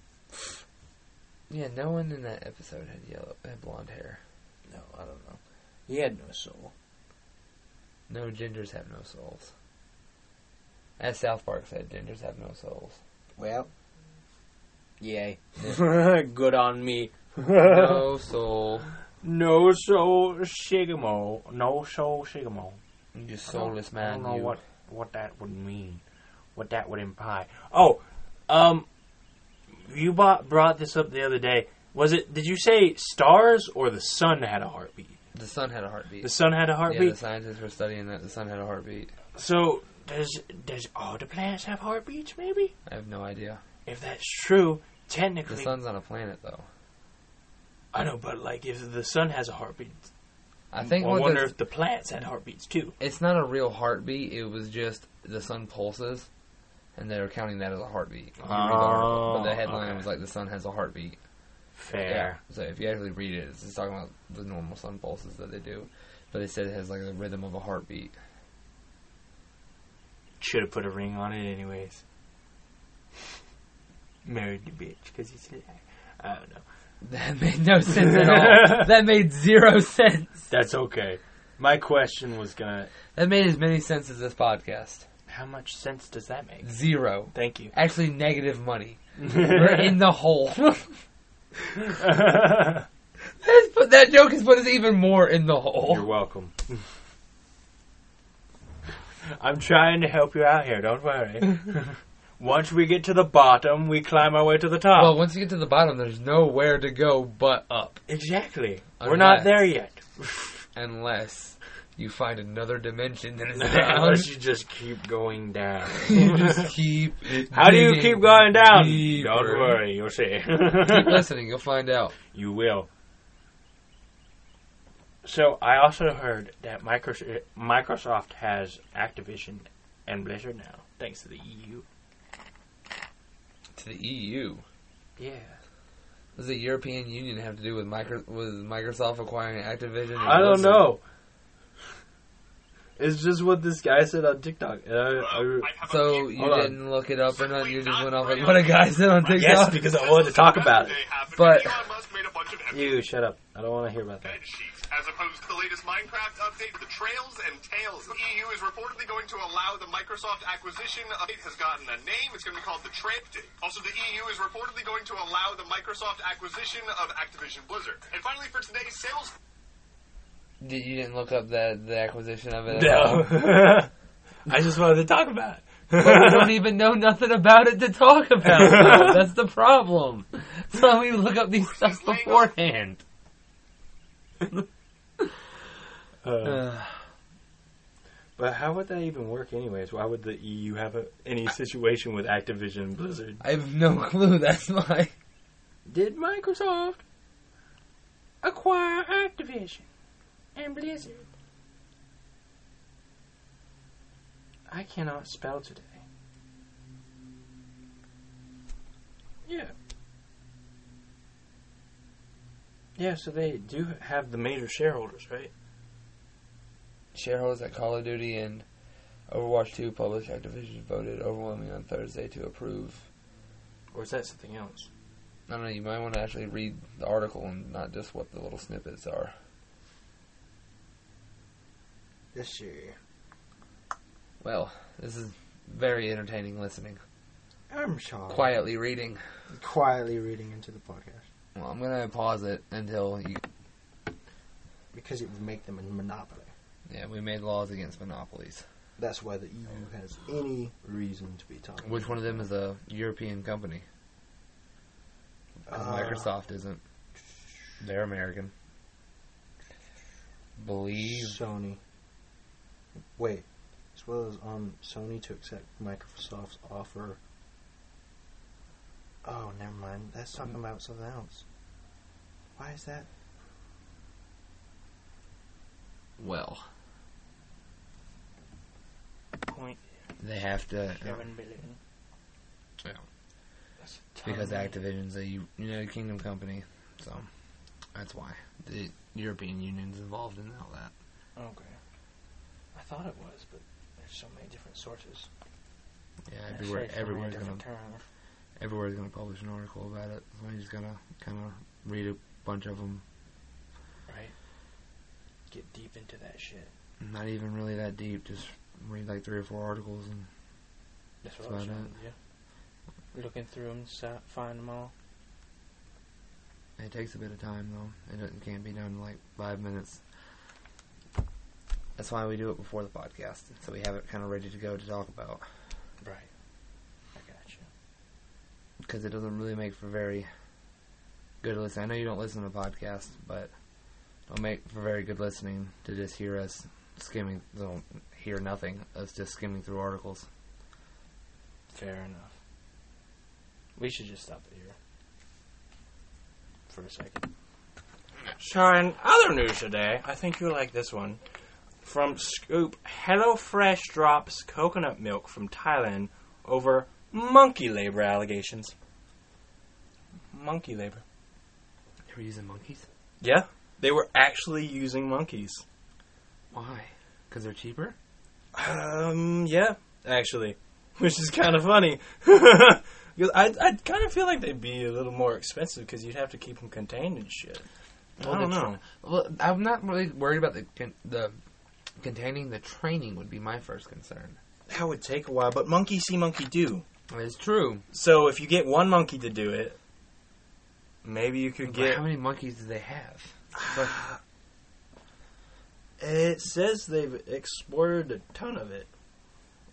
S1: Yeah, no one in that episode had yellow, had blonde hair.
S15: No, I don't know. He had no soul.
S1: No gingers have no souls. As South Park said, gingers have no souls.
S15: Well. Yay. Good on me.
S1: no soul.
S3: No soul shigamo. No soul shigamo.
S1: You soulless man.
S3: I don't know
S1: you.
S3: what what that would mean, what that would imply. Oh, um, you bought, brought this up the other day. Was it? Did you say stars or the sun had a heartbeat?
S1: The sun had a heartbeat.
S3: The sun had a
S1: Yeah,
S3: heartbeat.
S1: the scientists were studying that. The sun had a heartbeat.
S3: so does does all the planets have heartbeats? Maybe
S1: I have no idea.
S3: if that's true,
S1: The
S3: technically,
S1: sun's on a planet, though.
S3: I know. But like, if the sun has a heartbeat,
S1: I think
S3: Mm, I
S1: what
S3: wonder
S1: the-
S3: if the planets had heartbeats too.
S1: it's not a real heartbeat. It was just the sun pulses, and they were counting that as a heartbeat. You read the article, but
S3: Oh,
S1: the headline
S3: okay.
S1: was like the sun has a heartbeat.
S3: Fair.
S1: Yeah. So if you actually read it, it's just talking about the normal sun pulses that they do, but it said it has like the rhythm of a heartbeat.
S3: Should have put a ring on it, anyways. Married the bitch because he said, I don't know.
S1: That made no sense at all. that made zero sense.
S3: That's okay. My question was gonna.
S1: That made as many sense as this podcast.
S3: How much sense does that make?
S1: Zero.
S3: Thank you.
S1: Actually, negative money. We're in the hole.
S3: You're
S1: That's put- that joke has put us even more in the hole.
S3: welcome. I'm trying to help you out here. Don't worry. Once we get to the bottom, we climb our way to the top.
S1: Well, once you get to the bottom, there's nowhere to go but up,
S3: exactly.
S1: I'm
S3: We're not
S1: glad.
S3: there yet.
S1: unless you find another dimension that is down.
S3: Unless you just keep going down.
S1: you just keep.
S3: How do you
S1: digging
S3: keep going down?
S1: deeper.
S3: Don't worry, you'll see.
S1: Keep listening, you'll find out.
S3: You will. So I also heard that Microsoft, Microsoft has Activision and Blizzard now, thanks to the E EU.
S1: To the EU.
S3: Yeah.
S1: What does the European Union have to do with micro- with Microsoft acquiring Activision? and
S3: I don't
S1: Blizzard?
S3: know. It's just what this guy said on TikTok. and I- I-
S1: So you
S3: Hold on.
S1: didn't look it up or nothing? You just went off like what a guy said on
S3: yes,
S1: TikTok.
S3: because I wanted to talk about it.
S1: but
S11: Musk made a bunch of
S3: You shut up. I don't want to hear about that.
S11: bed sheets. As opposed to the latest Minecraft update, the Trails and Tails. The EU is reportedly going to allow the Microsoft acquisition. Update has gotten a name. It's going to be called the Trail Update. Also, the EU is reportedly going to allow the Microsoft acquisition of Activision Blizzard. And finally, for today's sales.
S1: Did- you didn't look up the the acquisition of it. at all?
S3: No. I just wanted to talk about
S1: But we don't
S3: it.
S1: even know nothing about it to talk about. That's the problem. So we look up these stuff beforehand.
S3: Uh,
S1: Uh,
S3: but how would that even work, anyways? Why would the EU have a, any situation with Activision and Blizzard?
S1: I have no clue. That's my.
S3: Did Microsoft acquire Activision and Blizzard? I cannot spell today. Yeah. Yeah, so they do have the major shareholders, right?
S1: Shareholders at Call of Duty and Overwatch 2 published Activision voted overwhelmingly on Thursday to approve
S3: Or is that something else?
S1: I don't know. You might want to actually read the article and not just what the little snippets are.
S3: Yes, sir.
S1: Well, this is very entertaining listening.
S3: I'm Sean.
S1: Quietly reading.
S3: Quietly reading into the podcast
S1: Well, I'm gonna pause it until you.
S3: because it would make them a monopoly.
S1: Yeah, we made laws against monopolies.
S3: That's why the EU has any reason to be talking.
S1: Which one of them is a European company? 'Cause
S3: Uh,
S1: Microsoft isn't. They're American. Believe
S3: Sony. Wait, as well as um, Sony to accept Microsoft's offer. Oh, never mind. That's talking
S1: Hmm.
S3: about something else. Why is that?
S1: well.
S3: Point
S1: They have to
S3: seven billion.
S1: Yeah. because Activision's a U- United Kingdom company, so that's why the European Union's involved in all that.
S3: Okay. I thought it was, but there's so many different sources.
S1: Yeah,
S3: And it
S1: everywhere,
S3: says so many
S1: everywhere's gonna,
S3: different terms.
S1: everywhere's gonna publish an article about it. So he's gonna kind of read a bunch of them.
S3: Right. Get deep into that shit.
S1: Not even really that deep. Just read like three or four articles and
S3: That's
S1: that's
S3: what I was
S1: about
S3: trying
S1: it.
S3: to do. Looking through them, so find them all.
S1: It takes a bit of time though. It doesn't- can't be done in like five minutes. That's why we do it before the podcast, so we have it kind of ready to go to talk about.
S3: Right. I got you.
S1: because it doesn't really make for very good listening. I know you don't listen to podcasts, but don't make for very good listening to just hear us skimming. Don't hear nothing. Us just skimming through articles.
S3: Fair enough. We should just stop it here for a second. Sean, other news today. I think you'll like this one. From Scoop, HelloFresh drops coconut milk from Thailand over monkey labor allegations. Monkey labor.
S1: They were using monkeys.
S3: Yeah, they were actually using monkeys.
S1: Why? Because they're cheaper.
S3: Um, yeah, actually, which is kind of funny. Because I, I kind of feel like they'd be a little more expensive because you'd have to keep them contained and shit. I don't
S1: the
S3: know.
S1: Tra- well, I'm not really worried about the con- the containing. The training would be my first concern.
S3: That would take a while, but monkey see, monkey do.
S1: It's true.
S3: So if you get one monkey to do it, maybe you could
S1: But
S3: get.
S1: how many monkeys do they have? But
S3: It says they've exported a ton of it,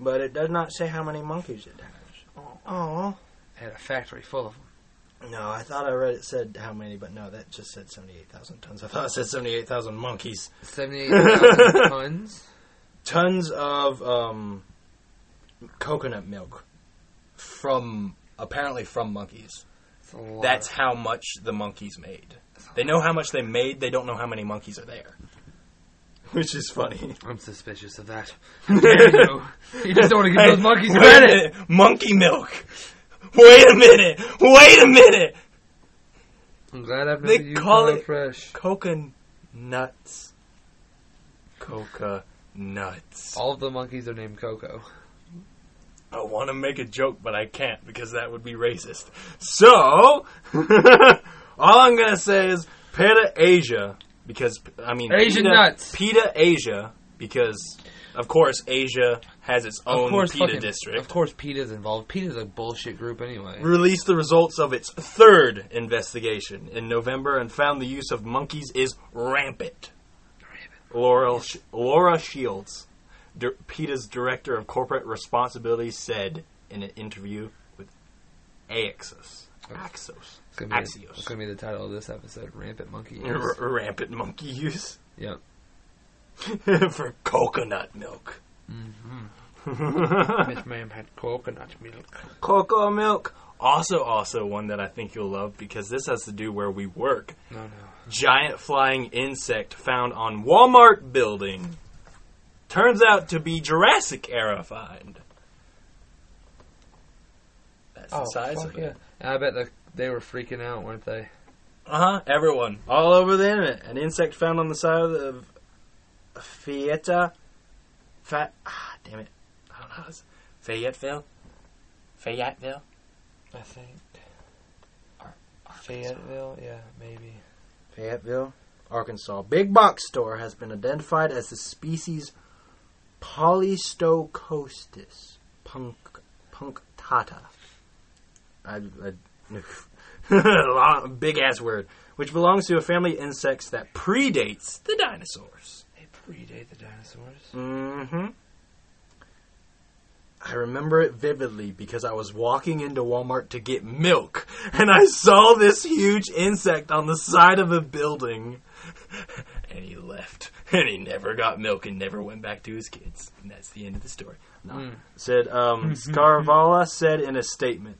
S3: but it does not say how many monkeys it has. Oh.
S1: they had a factory full of them.
S3: No, I thought I read it said how many, but no, that just said 78,000 tons. I thought it said 78,000 monkeys.
S1: Seventy-eight thousand tons.
S3: tons of um, coconut milk from apparently from monkeys.
S1: That's a lot.
S3: That's how much the monkeys made. They know how much they made. They don't know how many monkeys are there, which is funny.
S1: I'm suspicious of that. How dare you? You just don't want to give
S3: Hey,
S1: those monkeys
S3: wait a
S1: credit.
S3: minute. Monkey milk. Wait a minute. Wait a minute.
S1: I'm glad I've
S3: They
S1: never used
S3: call it-
S1: fresh.
S3: Coconuts. Coca nuts.
S1: All of the monkeys are named Coco.
S3: I want to make a joke, but I can't because that would be racist. So, all I'm going to say is PETA Asia, because, I mean,
S1: Asian
S3: PETA,
S1: nuts.
S3: PETA Asia, because, of course, Asia has its
S1: Of
S3: own
S1: course,
S3: PETA
S1: fucking, Of
S3: district.
S1: course, PETA's involved. PETA's a bullshit group anyway.
S3: Released the results of its third investigation in November and found the use of monkeys is rampant. Laurel, Sh- Laura Shields, Di- PETA's director of corporate responsibility, said in an interview with Axos. Axos.
S1: It's gonna, be, it's
S3: Axios.
S1: gonna be the title of this episode: Rampant Monkey. Use.
S3: R- rampant monkey use
S1: Yep.
S3: for coconut milk.
S1: Miss Ma'am had coconut milk.
S3: Cocoa milk. Also, also one that I think you'll love because this has to do where we work.
S1: No, no.
S3: Giant flying insect found on Walmart building. Turns out to be Jurassic era find. That's the size
S1: Oh, fuck
S3: of it.
S1: yeah. And I bet the, they were freaking out, weren't they?
S3: Uh
S1: Uh-huh,
S3: huh. Everyone, all over the internet, an insect found on the side of the of Fiesta. Fat. Ah, damn it. I don't know. How it's, Fayetteville. Fayetteville. I think. Ar-
S1: Fayetteville, yeah, maybe.
S3: Fayetteville, Arkansas. Big box store has been identified as the species Polystocostis punk, punctata. I, I, long, big ass word, which belongs to a family of insects that predates the dinosaurs.
S1: They predate the dinosaurs.
S3: Mm-hmm. I remember it vividly because I was walking into Walmart to get milk and I saw this huge insect on the side of a building. And he left. And he never got milk and never went back to his kids. And that's the end of the story. No.
S1: Mm.
S3: Said um, Scarvala said in a statement,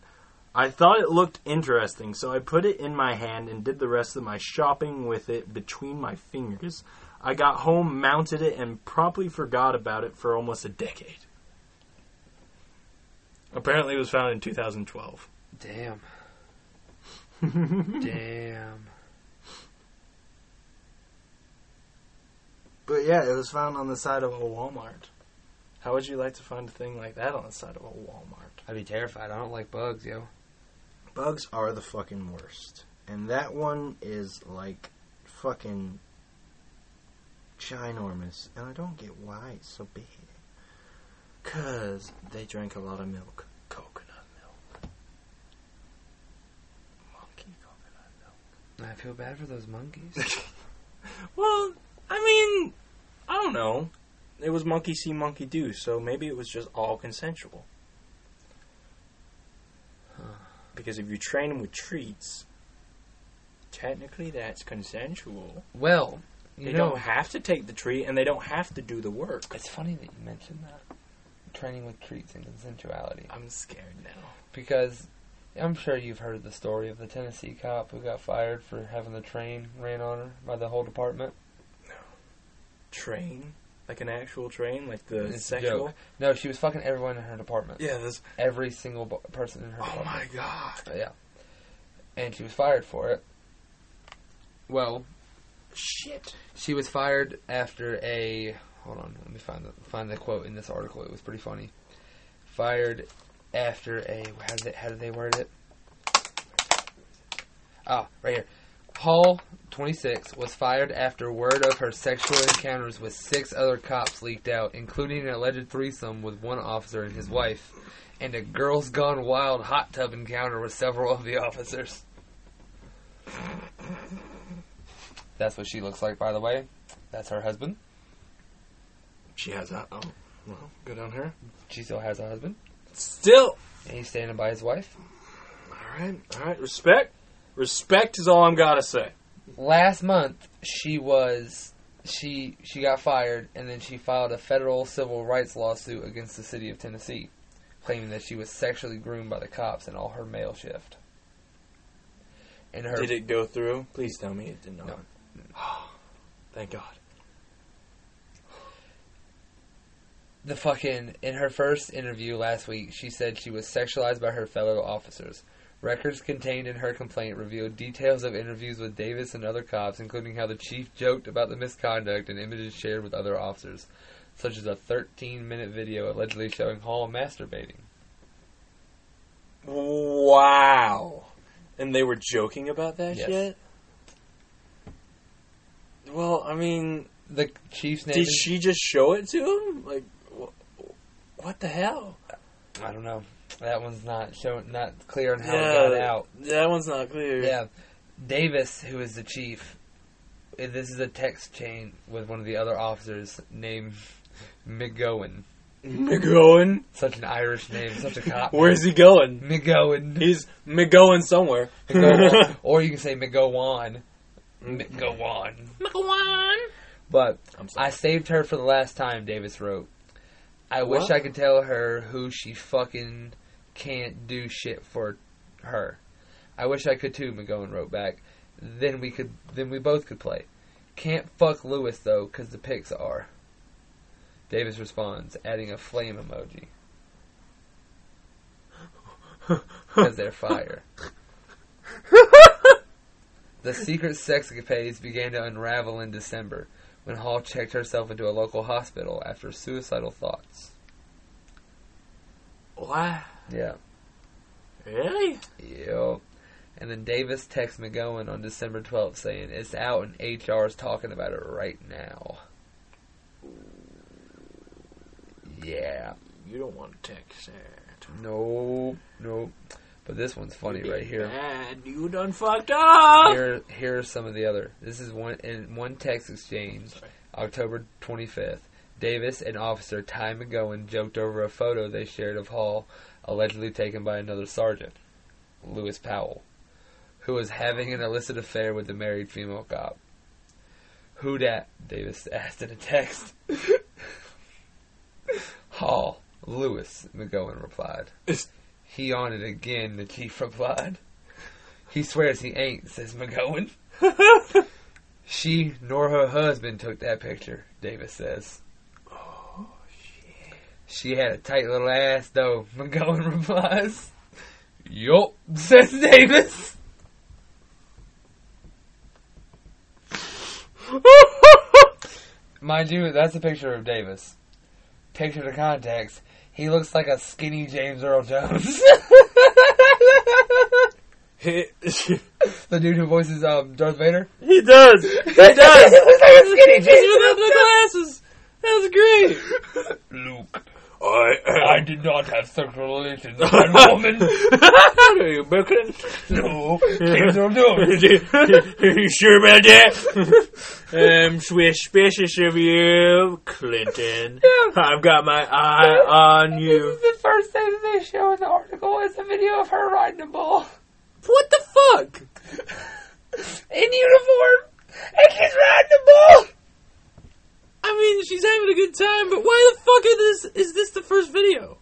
S3: I thought it looked interesting, so I put it in my hand and did the rest of my shopping with it between my fingers. I got home, mounted it, and promptly forgot about it for almost a decade. Apparently, it was found in 2012.
S1: Damn. Damn.
S3: But yeah, it was found on the side of a Walmart. How would you like to find a thing like that on the side of a Walmart?
S1: I'd be terrified. I don't like bugs, yo.
S3: Bugs are the fucking worst. And that one is like fucking ginormous. And I don't get why it's so big. Because they drink a lot of milk. Coconut milk. Monkey coconut
S1: I feel bad for those monkeys.
S3: milk. Well, I mean, I don't know. It was monkey see, monkey do, so maybe it was just all consensual. Because if you train them with treats, technically that's consensual.
S1: well, you
S3: They
S1: know,
S3: don't have to take the treat and they don't have to do the work.
S1: it's funny that you mentioned that. Training with treats and consensuality.
S3: I'm scared now.
S1: Because I'm sure you've heard the story of the Tennessee cop who got fired for having the train ran on her by the whole department.
S3: Train? Like an actual train? Like the
S1: It's a
S3: sexual?
S1: joke. No, she was fucking everyone in her department.
S3: Yeah, this.
S1: Every single bo- person in her
S3: Oh
S1: department.
S3: my god.
S1: Yeah. And she was fired for it. Well,
S3: Shit.
S1: she was fired after a hold on, let me find the find the quote in this article. It was pretty funny. Fired after a how did they, how did they word it? Oh, right here. Hall, 26, was fired after word of her sexual encounters with six other cops leaked out, including an alleged threesome with one officer and his wife, and a girls gone wild hot tub encounter with several of the officers. That's what she looks like, by the way. That's her husband.
S3: She has a. Oh, well, good on her.
S1: She still has a husband.
S3: Still.
S1: And he's standing by his wife.
S3: Alright, alright. Respect. Respect is all I'm gotta say.
S1: Last month, she was she she got fired, and then she filed a federal civil rights lawsuit against the city of Tennessee, claiming that she was sexually groomed by the cops in all her mail shift. And her
S3: Did it go through? Please tell me it did not.
S1: No.
S3: Thank God.
S1: the fucking in her first interview last week, she said she was sexualized by her fellow officers. Records contained in her complaint revealed details of interviews with Davis and other cops, including how the chief joked about the misconduct and images shared with other officers, such as a 13-minute video allegedly showing Hall masturbating.
S3: Wow. And they were joking about that
S1: Yes.
S3: shit? Well, I mean,
S1: The chief's name
S3: did
S1: is-
S3: she just show it to him? Like, wh- what the hell?
S1: I don't know. That one's not showing, not clear on how it got out.
S3: that one's not clear.
S1: Yeah. Davis, who is the chief, eh, this is a text chain with one of the other officers named McGowan.
S3: McGowan?
S1: Such an Irish name, such a cop.
S3: Where's he going?
S1: McGowan?
S3: He's McGowan somewhere.
S1: McGowan. or you can say McGowan. McGowan. McGowan. But
S3: I'm sorry.
S1: I saved her for the last time, Davis wrote. I wish
S3: What?
S1: I could tell her who she fucking can't do shit for her. I wish I could too, McGowan wrote back. Then we could then we both could play. Can't fuck Lewis though, 'cause the picks are. Davis responds, adding a flame emoji. Because they're fire. the secret sex escapades began to unravel in December when Hall checked herself into a local hospital after suicidal thoughts.
S3: What?
S1: Yeah.
S3: Really?
S1: Yep. And then Davis texts McGowan on December 12th saying, It's out and HR's talking about it right now. Yeah.
S3: You don't want to text that.
S1: Nope, nope. But this one's funny right here.
S3: And you done fucked up.
S1: Here, here are some of the other. This is one in one text exchange, October 25th. Davis and Officer Ty McGowan joked over a photo they shared of Hall, allegedly taken by another sergeant, Lewis Powell, who was having an illicit affair with a married female cop. Who dat? Davis asked in a text. Hall, Lewis, McGowan replied. He on it again, the chief replied. He swears he ain't, says McGowan. she nor her husband took that picture, Davis says. She had a tight little ass, though, McGowan replies. Yup, says Davis. Mind you, that's a picture of Davis. Picture to context, he looks like a skinny James Earl Jones. the dude who voices um, Darth Vader?
S3: He does! He does!
S1: he looks like a skinny
S3: He's
S1: James
S3: without
S1: Earl
S3: the
S1: Jones.
S3: glasses! That's great!
S1: Luke,
S3: I
S1: I did not have sexual relations with that woman.
S3: What are you, Brooklyn?
S1: No, James Earl Jones.
S3: you sure about that? I'm suspicious of you, Clinton. I've got my eye on you.
S1: The first thing they show in the article is a video of her riding a ball
S3: What the fuck?
S1: in uniform, and she's riding a ball.
S3: I mean, she's having a good time, but why the fuck is this? Is this the first video?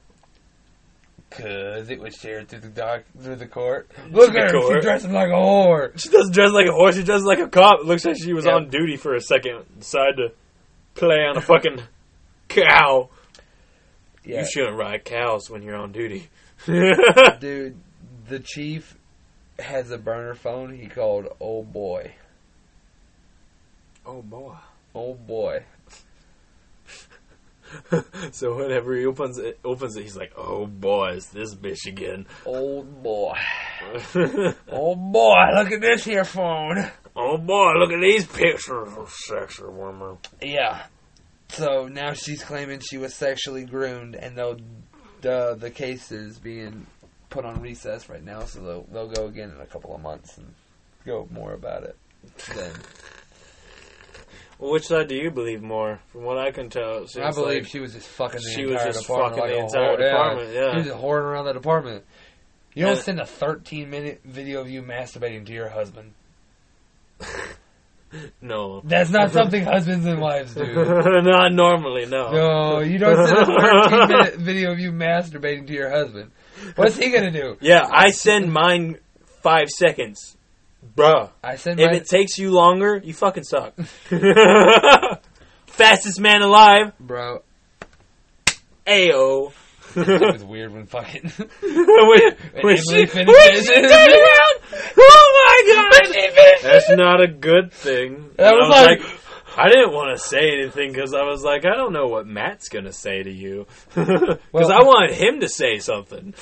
S1: Cause it was shared through the doc, through the court. Look at her, she
S3: court.
S1: dressing like a whore.
S3: She doesn't dress like a horse. She dresses like a cop. It looks like she was
S1: Yeah.
S3: on duty for a second. Decided to play on a fucking cow.
S1: Yeah,
S3: You shouldn't ride cows when you're on duty.
S1: dude, the chief has a burner phone. He called old boy,
S3: oh boy.
S1: old boy.
S3: so whenever he opens it, opens it, he's like, "Oh boy, it's this bitch again."
S1: Old boy. Old boy, look at this here phone.
S3: oh boy, look at these pictures of sexy women.
S1: Yeah. So now she's claiming she was sexually groomed, and they'll the the case is being put on recess right now, so they'll they'll go again in a couple of months and go more about it. Then
S3: Well, which side do you believe more? From what I can tell, it
S1: I
S3: seems
S1: believe
S3: like-
S1: she was just fucking the
S3: she was
S1: entire
S3: just
S1: department.
S3: fucking
S1: like
S3: the
S1: a
S3: entire
S1: whore. Yeah.
S3: department, yeah.
S1: she was just whoring around that department. You don't
S3: Yeah.
S1: send a 13 minute video of you masturbating to your husband.
S3: no,
S1: That's not something husbands and wives do.
S3: not normally. No.
S1: No, you don't send a 13 minute video of you masturbating to your husband. What's he gonna do?
S3: Yeah, I send mine five seconds, bruh.
S1: I send
S3: If
S1: my,
S3: it takes you longer, you fucking suck. Fastest man alive.
S1: bro.
S3: Ayo.
S1: It was weird when fucking.
S3: when, when
S1: Emily
S3: she,
S1: finished
S3: when
S1: it.
S3: she turned around, oh my god! That's not a good thing. And I
S1: was
S3: was
S1: like-
S3: like, I didn't want to say anything because I was like, I don't know what Matt's gonna say to you because
S1: Well-
S3: I want him to say something.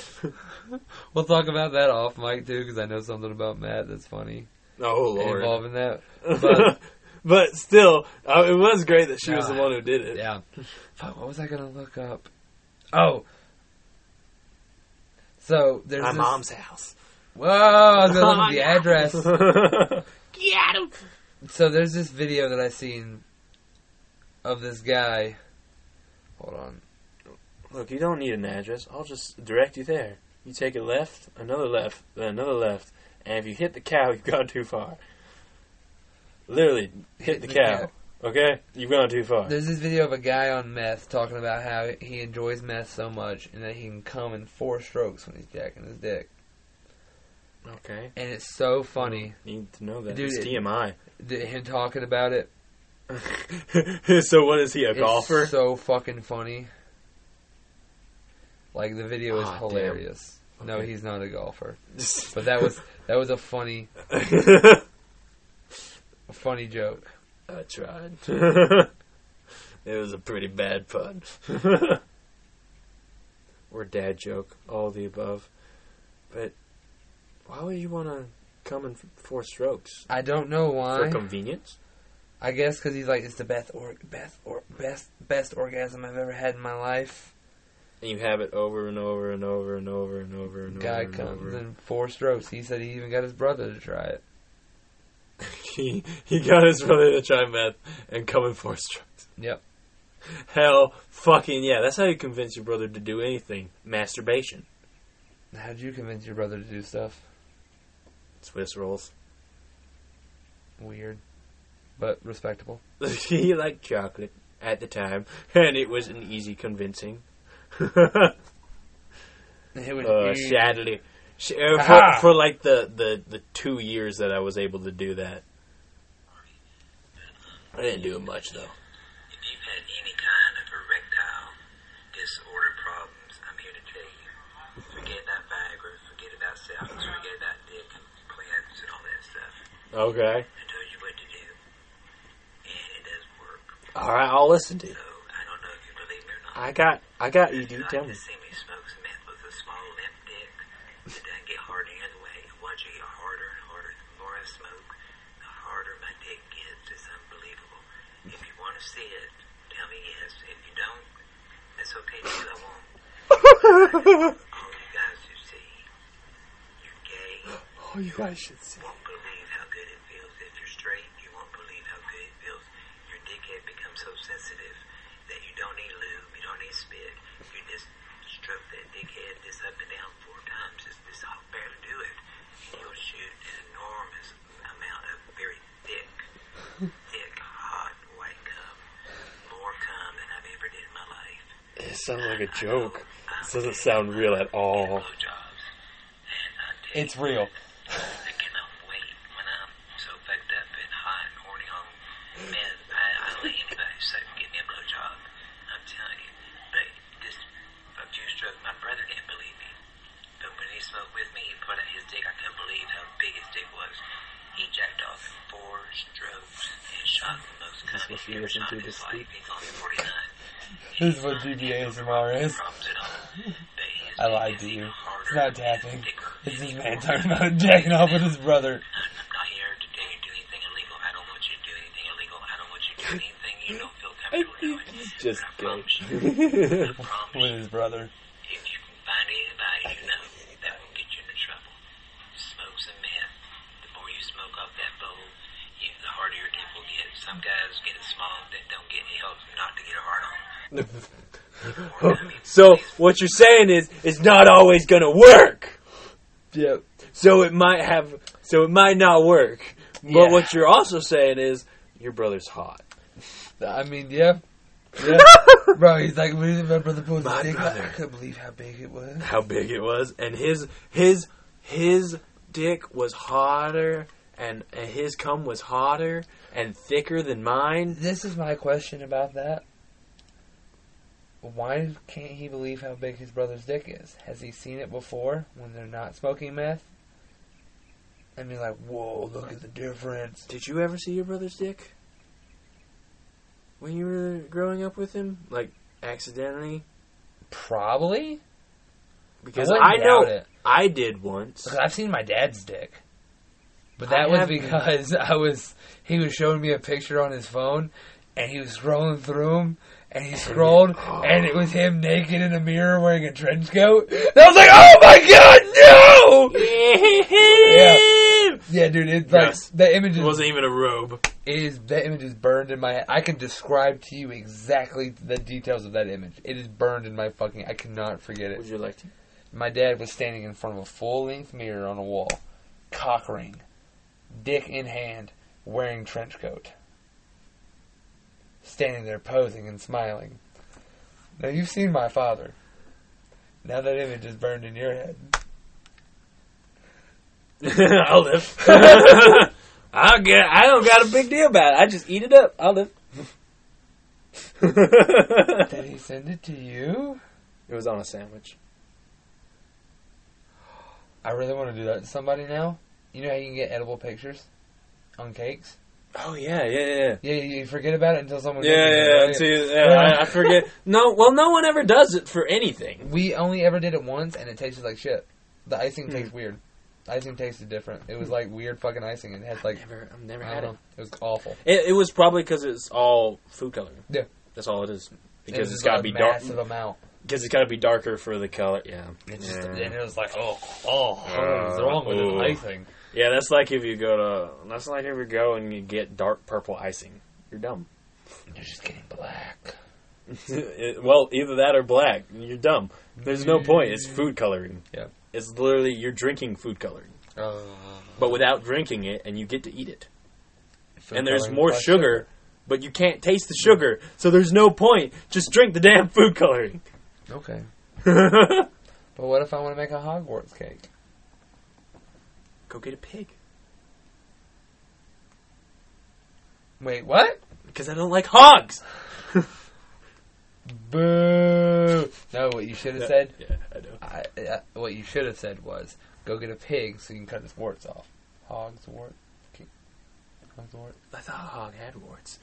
S1: we'll talk about that off mic too, because I know something about Matt that's funny
S3: Oh lord!
S1: involving that.
S3: But,
S1: But
S3: still, uh, it was great that she was the
S1: Yeah.
S3: one who did it.
S1: yeah, Fuck, what was I gonna look up? Oh, so there's
S3: My
S1: this-
S3: mom's house.
S1: Whoa, I was gonna look at the address.
S3: Get him.
S1: So there's this video that I seen of this guy. Hold on.
S3: Look, you don't need an address. I'll just direct you there. You take a left, another left, then another left, and if you hit the cow, you've gone too far. Literally, hit the cow. Okay? You've gone too far.
S1: There's this video of a guy on meth talking about how he enjoys meth so much and that he can come in four strokes when he's jacking his dick.
S3: Okay.
S1: And it's so funny.
S3: Need to know that.
S1: Dude,
S3: it's
S1: it-
S3: TMI.
S1: that him talking about it.
S3: so what is he, a
S1: It's
S3: golfer?
S1: so fucking funny. Like the video is
S3: Ah, damn.
S1: hilarious. No, he's not a golfer.
S3: Just-
S1: But that was that was a funny a funny joke.
S3: I tried. it was a pretty bad pun. or dad joke, all the above. But why would you want to coming f- four strokes?
S1: I don't know why.
S3: For convenience?
S1: I guess because he's like, it's the best or best or best best orgasm I've ever had in my life.
S3: And you have it over and over and over and over and over and
S1: Guy
S3: over.
S1: comes
S3: and over.
S1: in four strokes. He said he even got his brother to try it.
S3: he, he got his brother to try meth and come in four strokes.
S1: Yep.
S3: Hell fucking yeah. That's how you convince your brother to do anything masturbation.
S1: How would you convince your brother to do stuff?
S3: Swiss rolls.
S1: Weird, but respectable.
S3: he liked chocolate at the time, and it was an easy convincing.
S1: It was
S3: Uh,
S1: easy.
S3: sadly, sh- uh,
S1: Aha!
S3: for, for like the, the, the two years that I was able to do that, I didn't do it much though.
S2: If you've had any kind of erectile disorder problems, I'm here to tell you. Forget about Viagra, forget about salvage, forget about dick and cleanse and all that stuff.
S3: Okay.
S2: I told you what to do. And it does work.
S3: All right, I'll listen to you.
S2: I don't know if you believe me or not.
S3: I got I got you.
S2: If you
S3: Dude,
S2: like
S3: tell
S2: to
S3: me.
S2: see me smoke some meth with a small limp dick. It doesn't get harder anyway. And Once you get harder and harder, the more I smoke, the harder my dick gets. It's unbelievable. If you want to see it, tell me yes. If you don't, that's okay too. I won't. All you guys who see you're gay
S3: Oh, you guys should see.
S2: won't believe how good it feels. If you're straight, you won't believe how good it feels. Your dickhead becomes so sensitive that you don't need lube, you don't need spit. You just stroke that dickhead just up and down four times. Just, just I'll barely do it. You'll shoot an enormous amount of very thick, thick, hot white cum. More cum than I've ever did in my life.
S3: It sounds like a joke. This doesn't sound real at all. Oh. It's real.
S2: I cannot wait when I'm so fucked up and hot and horny on meth. I, I'll let anybody suck and give me a blowjob. I'm telling you. But this fuck you stroke, my brother didn't believe me. But when he smoked with me, he put out his dick. I couldn't believe how big his dick was. He jacked off four strokes and shot the most
S3: Is this what you listen to this week?
S1: This is what GBA ASMR is. I lied to you. It's not tapping. It's this man talking about jacking off with his brother.
S3: Just gay.
S1: with his brother.
S2: find anybody you know that will get you into trouble. Smoke some meth. The more you smoke off that bowl, you, the harder your dick will get. Some guys get it small that don't get it helps them not to get a hard on.
S3: so what you're saying is it's not always gonna work. Yep. So it might have. So it might not work. But what you're also saying is your brother's hot.
S1: I mean, yeah. Yeah. Bro, he's like, "Really, my brother pulled his dick out. I couldn't believe how big it was.
S3: How big it was, and his his his dick was hotter, and, and his cum was hotter and thicker than mine.
S1: This is my question about that. Why can't he believe how big his brother's dick is? Has he seen it before when they're not smoking meth? And be like, whoa, look at the difference.
S3: Did you ever see your brother's dick when you were growing up with him? Like accidentally?
S1: Probably.
S3: Because
S1: I
S3: I,
S1: wouldn't
S3: know
S1: doubt it.
S3: I did once.
S1: Because I've seen my dad's dick. But
S3: I
S1: that was
S3: haven't.
S1: because I was he was showing me a picture on his phone and he was scrolling through 'em, and he scrolled and it was him naked in a mirror wearing a trench coat. And I was like, "Oh my god, no!" yeah. yeah, dude, it's like
S3: Yes.
S1: that image
S3: It
S1: is,
S3: wasn't even a robe.
S1: it is that image is burned in my head. I can describe to you exactly the details of that image. It is burned in my fucking. I cannot forget it. Would
S3: you like to?
S1: My dad was standing in front of a full length mirror on a wall, cock ring, dick in hand, wearing trench coat, standing there posing and smiling. Now you've seen my father. Now that image is burned in your head.
S3: I'll live. I'll get. I don't got a big deal about it. I just eat it up. I'll live.
S1: Did he send it to you?
S3: It was on a sandwich.
S1: I really want to do that to somebody now. You know how you can get edible pictures on cakes?
S3: Oh yeah, yeah, yeah.
S1: Yeah, you you forget about it until someone.
S3: Yeah,
S1: mentions
S3: yeah,
S1: it,
S3: yeah.
S1: right?
S3: See, yeah, I, I forget. No, well, no one ever does it for anything.
S1: Hmm. We only ever did it once, and it tasted like shit. The icing tastes weird. Icing tasted different. It was like weird fucking icing. It Hmm. had like
S3: I've never
S1: I
S3: had
S1: don't know. It was awful.
S3: It, it was probably because it's all food coloring.
S1: Yeah,
S3: that's all it is.
S1: It
S3: Because
S1: was
S3: it's got
S1: a
S3: to be dark.
S1: massive amount.
S3: Because it's got to be darker for the color. Yeah.
S1: It's
S3: yeah. Uh,
S1: just- and it was like, oh, oh, what is wrong with
S3: ooh.
S1: an icing?
S3: Yeah, that's like if you go to. That's like if you go and you get dark purple icing. You're dumb.
S1: You're just getting black.
S3: It- well, either that or black. You're dumb. There's no point. It's food coloring.
S1: Mm. Yeah.
S3: It's literally you're drinking food coloring,
S1: Oh.
S3: but without drinking it, and you get to eat it.
S1: Food
S3: and there's
S1: coloring
S3: more
S1: plus
S3: sugar, but you can't taste the sugar, so there's no point. Just drink the damn food coloring.
S1: Okay. But what if I want to make a Hogwarts cake?
S3: Go get a pig.
S1: Wait, what?
S3: Because I don't like hogs.
S1: Boo! No, what you should have
S3: Yeah,
S1: said.
S3: Yeah, I know.
S1: I, I- what you should have said was, go get a pig so you can cut his warts off. Hog's wart. Ki- Hog's wart.
S3: I thought hog had warts.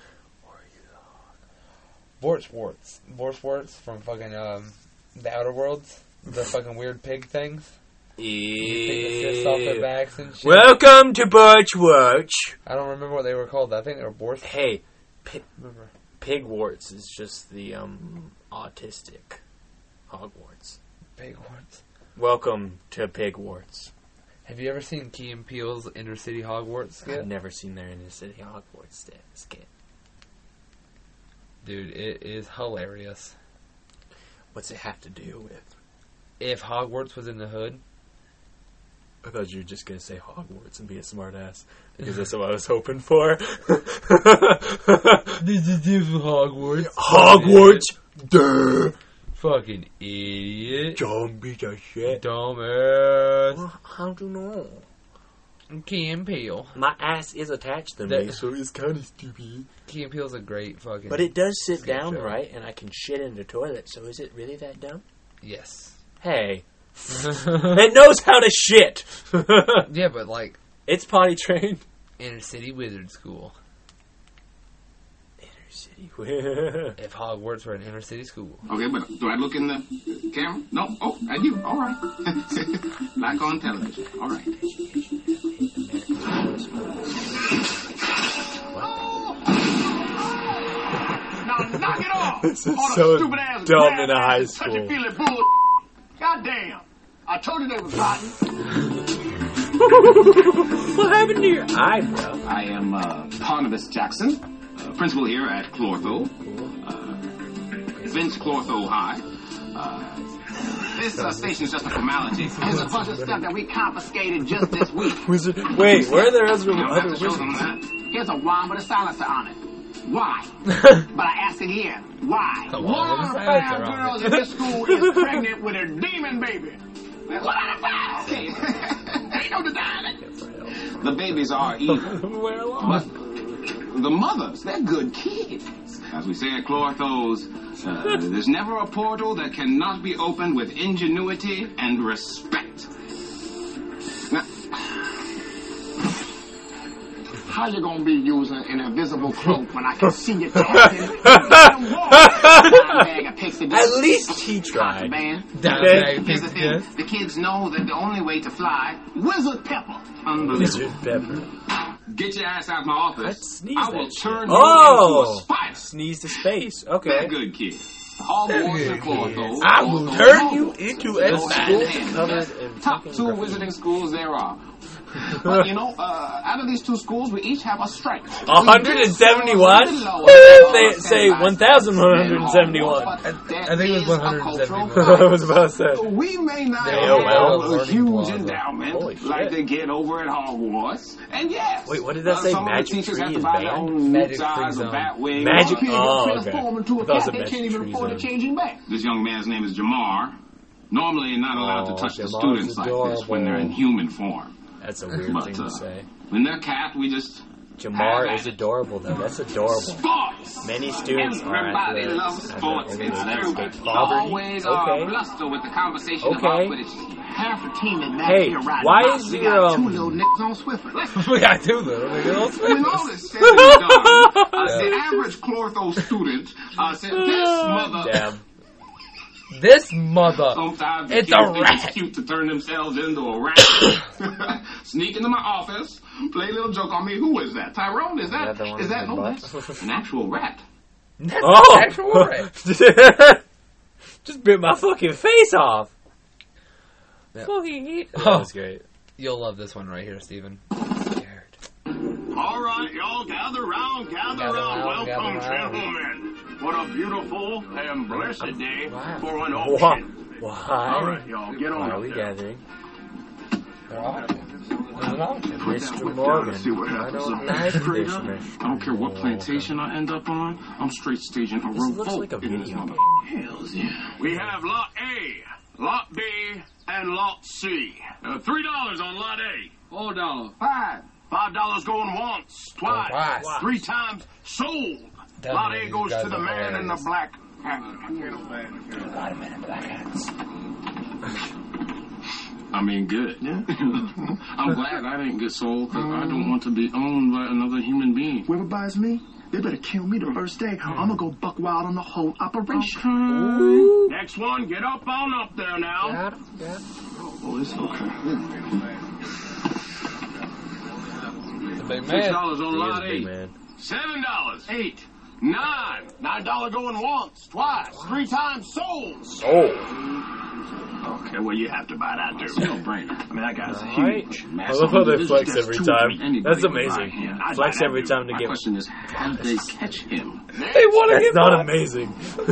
S1: Vort's warts. Vort's warts from fucking um, the Outer Worlds. The fucking weird pig things. You pick the cysts off their backs and shit.
S3: E- Welcome to Birch Watch.
S1: I don't remember what they were called. I think they were Vort's.
S3: Hey, pig,
S1: Remember.
S3: pig warts is just the um autistic Hogwarts.
S1: Pig warts.
S3: Welcome to Pig Warts.
S1: Have you ever seen Key and Peele's Inner City Hogwarts skit?
S3: I've never seen their Inner City Hogwarts sta- skit.
S1: Dude, it is hilarious.
S3: What's it have to do with?
S1: If Hogwarts was in the hood,
S3: I thought you were just gonna say Hogwarts and be a smartass because that's what I was hoping for.
S1: this is it for Hogwarts.
S3: Hogwarts, duh.
S1: Fucking idiot.
S3: Dumb piece of shit.
S1: Dumbass.
S3: How do you know?
S1: Key and Peele.
S3: My ass is attached to me,
S1: That-
S3: so it's kind of stupid.
S1: Key and Peele's a great fucking.
S3: But it does sit
S1: sketch
S3: down
S1: show.
S3: right, and I can shit in the toilet. So is it really that dumb?
S1: Yes.
S3: Hey, it knows how to shit.
S1: yeah, but like
S3: it's potty trained.
S1: inner city wizard school.
S3: Inner city. wi-
S1: If Hogwarts were an inner city school,
S5: Okay, but do I look in the camera? No. Oh, I do. All right. like on television. All right.
S7: Now knock it off!
S3: This is
S7: All the
S3: so
S7: stupid-ass
S3: dumb
S7: grab
S3: in a high
S7: asses,
S3: school.
S7: touchy-feely bull. Goddamn! I told you they was rotten.
S5: what
S3: happened to your eyebrow?
S5: I am uh, Parnabas Jackson, uh, principal here at Clortho. Uh, Vince Clortho High. Uh,
S7: this uh, station
S5: is just a formality.
S7: There's a bunch of stuff that we confiscated just this week.
S3: Wizard. Wait, where are there other,
S5: You don't have
S3: other
S5: to show them
S3: wizards?
S5: that. Here's a wand with a silencer on it. Why? but I ask again, why?
S7: A wand
S5: One
S7: with a
S5: out of
S7: silencer
S5: five
S7: on
S5: girls
S7: it.
S5: in this school is pregnant with a demon baby. That's One out of five. Okay. Ain't no denying it. The babies are evil. but the mothers, they're good kids. As we say at Clortho's, uh, there's never a portal that cannot be opened with ingenuity and respect. Now, how you gonna be using an invisible cloak when I can see you dancing? in the bag of pixie dust?
S7: At least
S3: he tried.
S5: Man,
S7: Down bag of
S5: here's the
S7: pixie
S5: thing:
S7: dust.
S5: the kids know that the only way to fly, Wizard Pepper.
S3: Wizard Pepper.
S5: Get your ass out of my office. I will turn you into a
S3: oh,
S5: spider.
S3: sneeze to space. Okay.
S5: They're good kids. All
S3: They're
S5: boys are
S3: good
S5: Clortho.
S3: kids. I will
S5: Clortho,
S3: turn
S5: all
S3: you
S5: boys.
S3: into
S5: Go
S3: a
S5: hand
S3: spider.
S5: in hand.
S3: Covered
S5: That's
S3: in
S5: Top
S3: fucking
S5: two wizarding schools there are. But you know, uh, out of these two schools, we each have a strike.
S3: 171? they say
S5: Oh,
S3: 1,171.
S5: I
S3: think it was 171.
S5: I
S3: was about to say.
S5: We may not
S3: They
S5: have
S3: well,
S5: a
S3: learning
S5: huge
S3: plaza.
S5: endowment
S3: Holy
S5: like
S3: shit.
S5: they get over at Hogwarts. And yes,
S3: Wait, what did that
S5: uh,
S3: say?
S5: Some of the
S3: Magic
S5: teachers
S3: tree
S5: have to
S3: is
S5: buy their
S3: banned?
S5: own
S3: Magic
S5: nip
S3: tree
S5: ties
S3: zone.
S5: or bat wings.
S3: Magic-
S5: Some kids
S3: oh,
S5: transform
S3: okay.
S5: into a
S3: That was
S5: cat.
S3: a
S5: They
S3: magic
S5: can't even
S3: tree
S5: afford to
S3: zone.
S5: change him back. This young man's name is Jamar. Normally, not allowed to touch the
S3: Oh, Jamar's
S5: students like this when they're in
S3: adorable.
S5: human form.
S3: That's a weird
S5: But,
S3: thing
S5: uh,
S3: to say.
S5: When they're cat, we just
S3: Jamar is adorable, though. That's adorable.
S5: Sports.
S3: Many students are
S5: Everybody
S3: athletes.
S5: loves
S3: I've
S5: sports.
S3: never
S5: It's
S3: been able to
S5: everybody.
S3: escape
S5: You
S3: poverty.
S5: always
S3: Okay.
S5: are bluster with the conversation
S3: Okay.
S5: about Quidditch. Half the team in that
S3: Hey,
S5: year riding
S3: why
S5: box.
S3: is
S5: We
S3: your,
S5: got
S3: um,
S5: two little nicks on Swiffer? Let's
S1: we got two little niggas.
S5: when all this said and done, uh, the average Clortho student uh, said, "This mother."
S3: Damn.
S1: This mother.
S16: Sometimes the
S1: It's
S16: kids
S1: a
S16: think
S1: rat.
S16: it's cute to turn themselves into a rat. Sneak into my office, play a little joke on me. Who is that? Tyrone? Is that?
S3: Is that the one
S16: Is that
S3: with
S16: no?
S3: the
S16: That's an actual rat.
S1: That's
S3: Oh!
S1: an actual rat.
S3: Just bit my fucking face off.
S1: Yeah.
S3: Fucking hate.
S1: Oh.
S3: That was great.
S1: You'll love this one right here, Steven.
S5: All right, y'all, gather round, gather,
S1: Gather
S5: round.
S1: round,
S5: Welcome,
S1: gather round.
S5: gentlemen. What a beautiful and blessed day for an
S3: Why?
S5: auction.
S3: Why?
S5: All right, y'all, get on
S3: Why
S5: up
S3: are we
S5: there.
S3: gathering?
S16: Put
S3: Mr.
S16: that whip down
S3: Morgan,
S16: and see what
S3: I
S16: happens.
S3: don't
S16: I'm
S3: like
S16: straight
S3: this,
S16: up.
S3: Mr.
S16: I don't care what plantation I end up on. I'm straight staging a
S3: This looks
S16: revolt
S3: like a
S16: in this
S3: video
S16: mother. Hells yeah.
S5: We have Lot A, Lot B, and Lot C. Uh, Three dollars on Lot A. Four dollars. Five. Five dollars going once,
S3: Oh,
S5: twice,
S16: Going twice.
S5: three times. Sold.
S16: Damn,
S5: lot A
S16: these
S5: goes
S16: guys
S5: to the
S16: are
S5: man in the
S16: hilarious.
S5: black hat. Lot of man in black hats.
S16: I mean, good. Yeah. I'm glad I didn't get sold because I don't want to be owned by another human being.
S9: Uh-huh. Whoever buys me, they better kill me the first day. I'm gonna go buck wild on the whole operation.
S5: Next one, get up on up there now.
S16: Oh, it's okay.
S1: big
S5: Six dollars on
S16: He
S5: lot
S16: is a big
S5: eight. Seven dollars. Eight. Nine. Nine dollar going once, twice, three times sold.
S16: Sold.
S5: Okay, well you have to buy that dude. No brainer. I mean that guy's huge.
S3: I love how they flex every time. That's amazing.
S16: I'd buy
S3: Flex
S16: that
S3: every
S16: dude.
S3: time to
S16: My
S3: get.
S16: question is, how did they catch him?
S3: They want That's not amazing,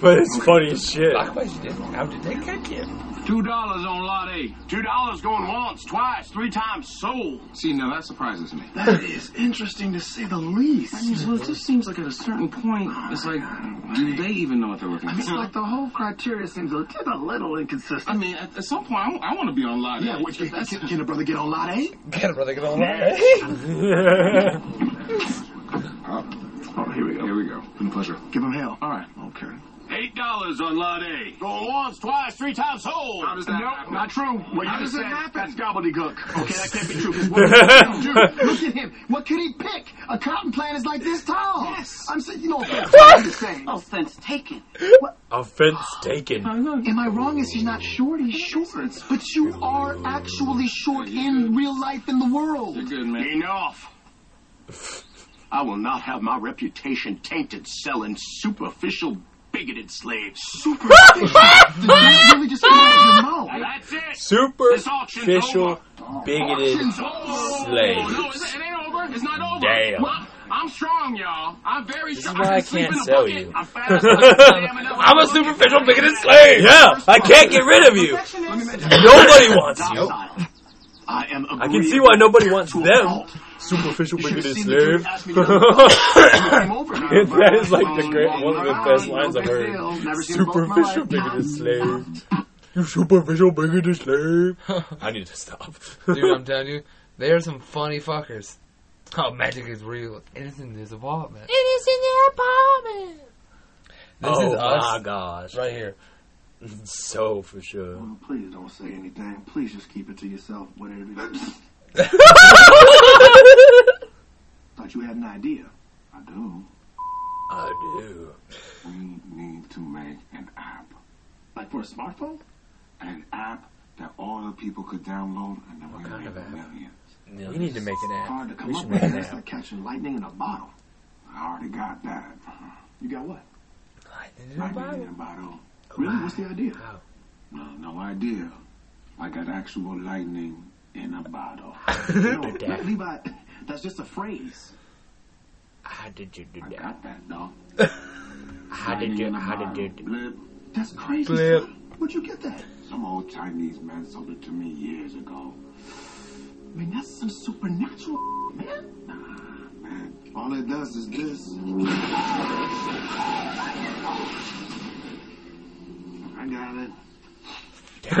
S3: but it's funny as shit.
S1: How did they catch him?
S5: Two dollars on lot eight. Two dollars going once, twice, three times sold.
S16: See, now that surprises me.
S9: That is interesting to say the least.
S16: I mean, well, it just seems like at a certain point, it's like, do they even know what they're looking
S9: I mean, it's
S16: for?
S9: like the whole criteria seems a, just a little inconsistent.
S16: I mean, at, at some point, I, want to be on lot
S9: Yeah,
S16: eight.
S9: what, can, can a brother get on lot eight?
S1: Get a brother, get on
S16: Oh, here we go. Here we go. Been a pleasure.
S9: Give him hell.
S16: All right.
S9: Okay.
S5: Eight dollars on lot A. Going once, twice, three times sold. How does that nope,
S16: not true.
S9: Well, how does it happen? That's gobbledygook. Okay, that can't be true. 'cause
S16: what
S9: what Dude, look at him. What could he pick? A cotton plant is like this tall. Yes. I'm saying, you know, I'm just saying.
S17: Offense taken.
S3: Offense taken.
S9: Am I wrong? Is he not short? He's short. But you are actually short in real life in the world. You're
S16: good, man.
S5: Enough. I will not have my reputation tainted selling superficial, bigoted slaves.
S9: Superficial? Did that really just come out of your mouth?
S5: That's it.
S3: Superficial, bigoted
S5: Auction's over. No,
S3: slaves.
S5: it's- it ain't over. It's not over.
S3: Damn.
S5: Well, I'm strong, y'all. I'm very
S3: This is
S5: strong.
S3: why I
S5: can sleep
S3: can't
S5: in a
S3: sell
S5: bucket.
S3: you.
S5: I'm fast. I can damn enough.
S3: I'm a superficial bigoted slave. Yeah, I can't get rid of you. Nobody wants you.
S9: I am.
S3: I can see why nobody wants them. Superficial bigoted slave. that is like the great one of the best lines I've heard. Superficial bigoted slave. You superficial bigoted slave. I need to stop.
S1: Dude, I'm telling you, they are some funny fuckers. Oh, magic is real. It is in this apartment.
S3: It is in your apartment.
S1: This
S3: oh
S1: is us.
S3: my gosh.
S1: Right here.
S3: So for sure.
S9: Please don't say anything. Please just keep it to yourself. Whatever. it is. Thought you had an idea.
S16: I do.
S3: I do.
S16: We need to make an app.
S9: Like for a smartphone?
S16: An app that all the people could download and then we kind of app? millions.
S3: We need to make an
S9: Hard to
S3: app.
S9: come
S3: We
S9: up
S3: should make
S9: with.
S3: an
S9: That's
S3: app.
S9: like catching lightning in a bottle.
S16: I already got that.
S9: You got what?
S16: Lightning in a bottle.
S9: Really? What's the idea?
S16: No, no idea. I got actual lightning in a bottle.
S9: No, Levi, that's just a phrase.
S3: How did you do
S16: I got that, dog.
S3: How did you? How did you? Do?
S9: That's crazy.
S3: Blip.
S9: son. Where'd you get that?
S16: Some old Chinese man sold it to me years ago.
S9: I mean, that's some supernatural, man.
S16: All it does is this.
S9: I got it.
S3: I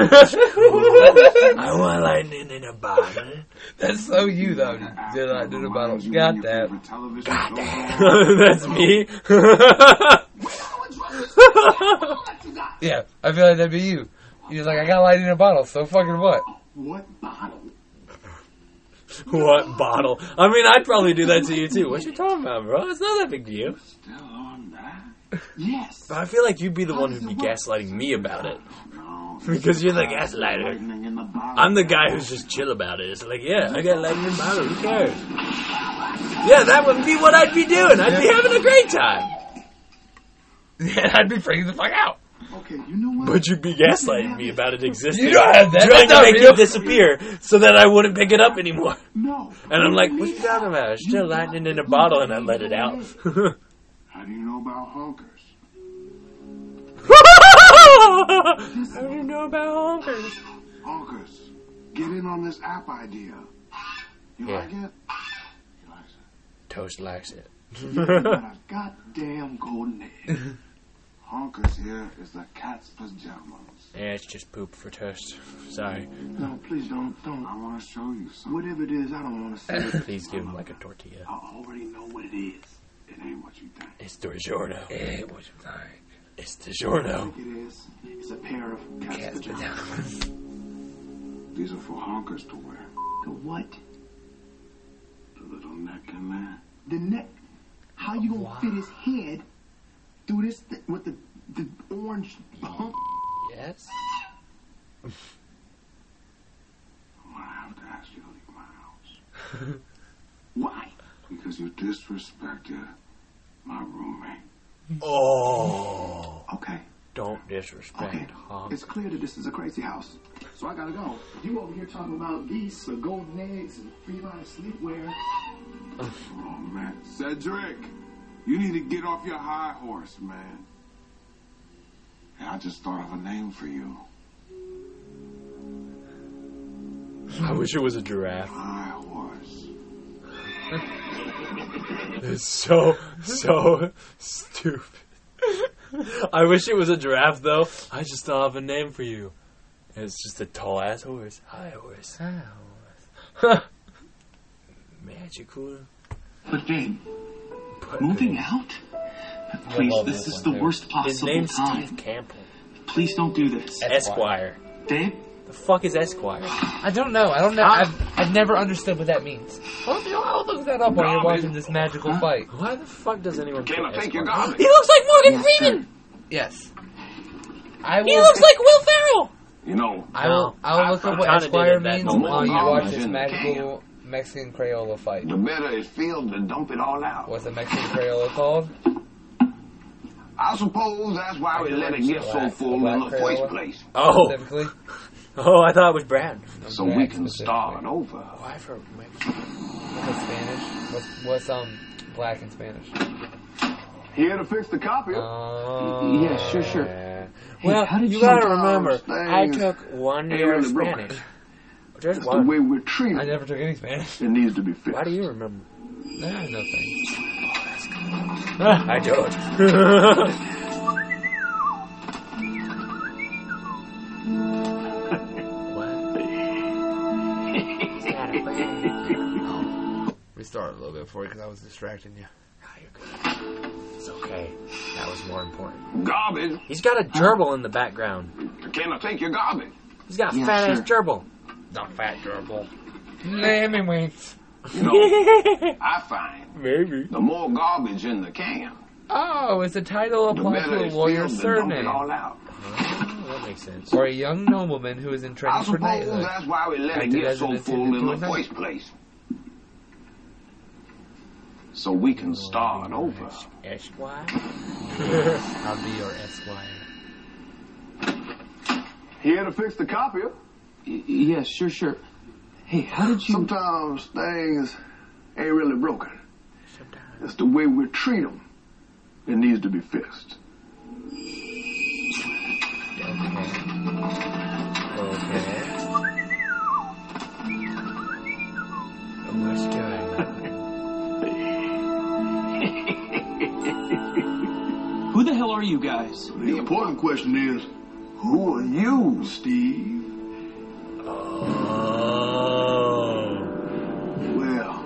S3: want lightning in a bottle.
S1: That's so you, though. Did I do the bottle? Got that.
S16: Got
S3: That's me.
S1: Yeah, I feel like that'd be you. He's like, I got lightning in a bottle, so fucking what?
S9: What bottle?
S3: what bottle? I mean, I'd probably do that to you too. What you talking about, bro? It's not that big deal.
S16: Still on that?
S18: Yes.
S3: But I feel like you'd be the one who'd be gaslighting me about it. Because you're the gaslighter. I'm the guy who's just chill about it. It's like, yeah, I got lightning in a bottle. Who cares? Yeah, that would be what I'd be doing. I'd be having a great time. Yeah, I'd be freaking the fuck out.
S18: Okay, you know what?
S3: But you'd be gaslighting me about it existing.
S1: You don't have that. That's
S3: Trying to
S1: not
S3: make
S1: real.
S3: it disappear so that I wouldn't pick it up anymore.
S18: No.
S3: And I'm like, what you talking about? It's still lightning in a bottle, and I let it out.
S18: How do you know about honkers?
S3: I don't know about honkers.
S18: Honkers, get in on this app idea. You
S3: Yeah.
S18: like it?
S3: Toast likes it.
S18: You got a goddamn golden egg. Honkers here is the cat's pajama.
S3: Yeah, it's just poop for toast. Sorry.
S18: No, please don't, don't. I want to show you something. Whatever it is, I don't want to see it.
S3: Please give him like a tortilla.
S18: I already know what it is. It ain't what you think.
S3: It's DiGiorno.
S18: Eh,
S3: what you think? It's
S18: I
S3: DiGiorno.
S18: think it is. It's a pair of cat's, pajamas. These are for honkers to wear. The what? The little neck in there.
S19: The neck. How you gonna fit his head through this thi- with the the orange?
S3: Yes.
S18: I'm gonna have to ask you to leave my house. Why? Because you disrespected my roommate.
S3: Oh.
S18: Okay.
S3: Don't disrespect
S18: Okay.
S3: Honk.
S18: It's clear that this is a crazy house, so I gotta go. You over here talking about geese or golden eggs and free line sleepwear.
S2: Oh, man. Cedric, you need to get off your high horse, man.
S18: And I just thought of a name for you.
S3: I wish it was a giraffe.
S18: High horse.
S3: It's so, so stupid. I wish it was a giraffe, though. I just don't have a name for you. And it's just a tall ass horse. High horse. Magical.
S5: But babe, moving out? Please, this is the worst possible
S3: His name's
S5: time.
S3: Steve Campbell.
S5: Please don't do this.
S3: Esquire.
S5: Babe?
S3: The fuck is Esquire?
S1: I don't know. I don't know. I've, I've never understood what that means. I'll, I'll look that up while you're watching this magical fight.
S3: Why the fuck does anyone?
S1: Can I
S3: think you're
S1: gone?
S3: He looks like Morgan Freeman.
S1: Yes. I will.
S3: He looks like Will Ferrell.
S2: You know,
S1: I will. I will look up what
S2: kinda
S1: Esquire
S2: did at that
S1: means
S2: moment.
S1: while you
S2: Oh,
S1: watch
S2: it's
S1: this
S2: in the
S1: magical Mexican Crayola fight.
S2: The better it feels to dump it all out.
S1: What's the Mexican Crayola called?
S2: I suppose that's why we let it get so full in the first place.
S3: Oh. Oh, I thought it was Brad.
S2: So we can start over.
S3: Why for
S1: What's Spanish? What's, what's um black in Spanish?
S2: Here to fix the copier.
S3: Uh,
S1: yeah,
S3: sure, sure.
S1: Well,
S3: Well,
S1: how did
S3: you
S1: you
S3: gotta
S1: know
S3: remember,
S1: those
S3: I
S1: things?
S3: took one
S1: They
S3: year of
S1: really broke
S3: Spanish.
S1: it.
S3: Just
S1: That's the
S3: one.
S1: way
S2: we're treated.
S1: I never took any Spanish.
S2: It needs to be fixed.
S3: Why do you remember?
S1: Nah, no thanks.
S3: I don't.
S1: Restart a little bit for you because I was distracting you.
S3: it's okay. That was more important.
S2: Garbage.
S3: He's got a gerbil in the background.
S2: Can I take your garbage?
S3: He's got a
S2: Yeah,
S3: fat ass
S2: sure.
S3: gerbil.
S1: Not fat gerbil. Lemmy winks.
S2: You know, I find
S3: maybe
S2: the more garbage in the can,
S1: Oh, it's a title
S2: the
S1: applied to
S2: better
S1: a
S2: it feels
S1: lawyer's
S2: to dump it
S1: surname.
S2: all out.
S3: that makes sense.
S1: Or a young nobleman who is in
S2: I
S1: training for uh,
S2: suppose
S1: knighthood.
S2: that's why we let it
S1: Acted
S2: get
S1: as
S2: so
S1: an
S2: full
S1: attendant to
S2: in the
S1: a knight.
S2: first place. So we can start over.
S3: Esquire?
S1: I'll be your esquire.
S2: Here to fix the copier?
S5: yeah, sure, sure. Hey, how did you?
S18: Sometimes things ain't really broken. It's the way we treat 'em that needs to be fixed.
S3: Okay. What's going on?
S5: Who the hell are you guys?
S18: The important question is, who are you, Steve?
S5: Oh.
S18: Well,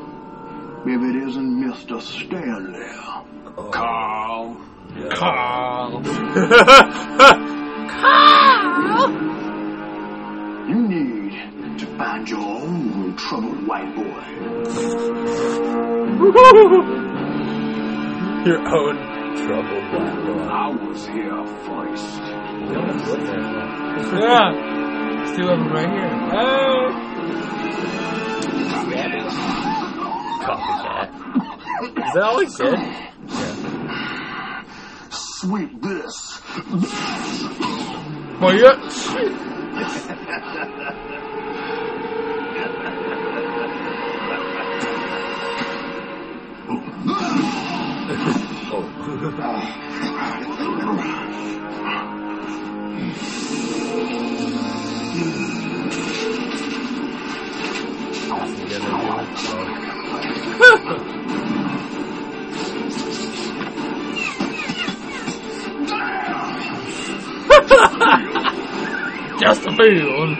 S18: maybe it isn't Mr. Stanley.
S2: Carl.
S18: Carl. You need to find your own troubled white boy.
S3: Your own
S2: troubled black girl.
S5: I was here first.
S1: Yeah. There's two of them right here.
S3: Copycat. Is that all he said?
S5: Sweep this.
S3: Well,
S1: Just a field.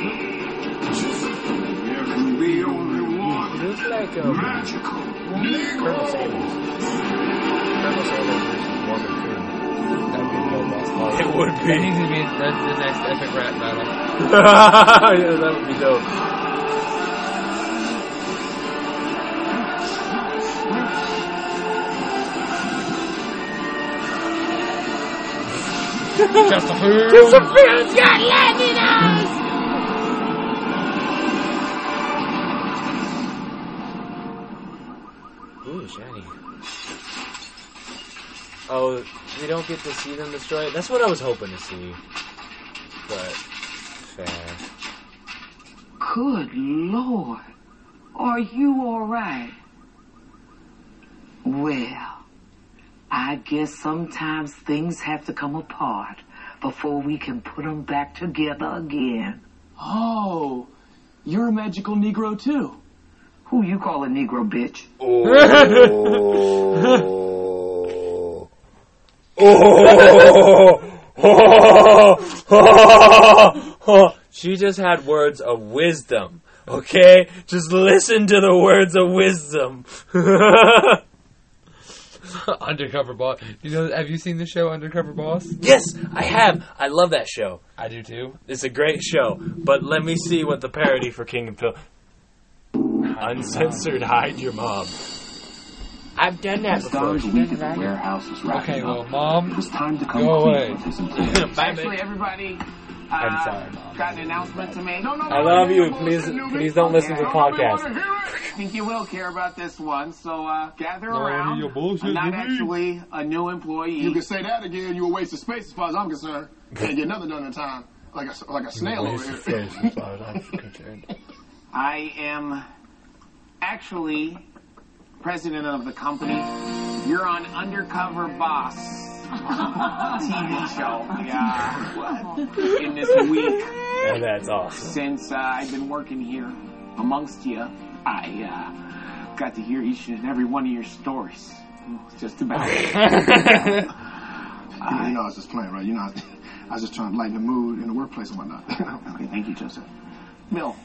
S2: Looks like a magical Colonel Sanders. Colonel Sanders is Morgan Freeman. That'd be no boss fight.
S1: It would be. That needs to be the, the next epic rap battle.
S3: yeah, that would be dope.
S1: Just a fool.
S2: Just a
S1: fool.
S2: got
S3: Ooh, shiny. Oh, we don't get to see them destroy it. That's what I was hoping to see. But fair.
S7: Good lord. Are you alright? Well, I guess sometimes things have to come apart before we can put them back together again. Oh, you're a magical Negro too. Who you call a Negro, bitch?
S2: Oh.
S3: she just had words of wisdom. Okay? Just listen to the words of wisdom.
S1: Undercover boss. You know, have you seen the show Undercover Boss?
S3: yes, I have. I love that show.
S1: I do too.
S3: It's a great show. But let me see what the parody for King and Phil. Uncensored Hide Your Mom. I've done that before.
S1: Okay, well, mom,
S5: time to
S1: come go away.
S3: Actually,
S5: everybody. uh,
S3: I'm sorry.
S5: Got an announcement to make. No, no,
S3: I love you. Please, please don't listen to podcasts.
S5: I think you will care about this one, so uh, gather
S3: No,
S5: around.
S3: you're bullshit,
S5: I'm not
S3: baby.
S5: actually a new employee.
S18: You can say that again. You a waste of space, as far as I'm concerned. Can't get nothing done in time. Like a like a snail over here.
S5: I am actually president of the company. You're on Undercover Boss TV show. Yeah. In this week.
S3: And that's awesome.
S5: Since uh, I've been working here amongst you, I uh, got to hear each and every one of your stories. Just about.
S18: you know, I was just playing, right? You know, I was, I was just trying to lighten the mood in the workplace and whatnot. okay,
S5: thank you, Joseph. Bill.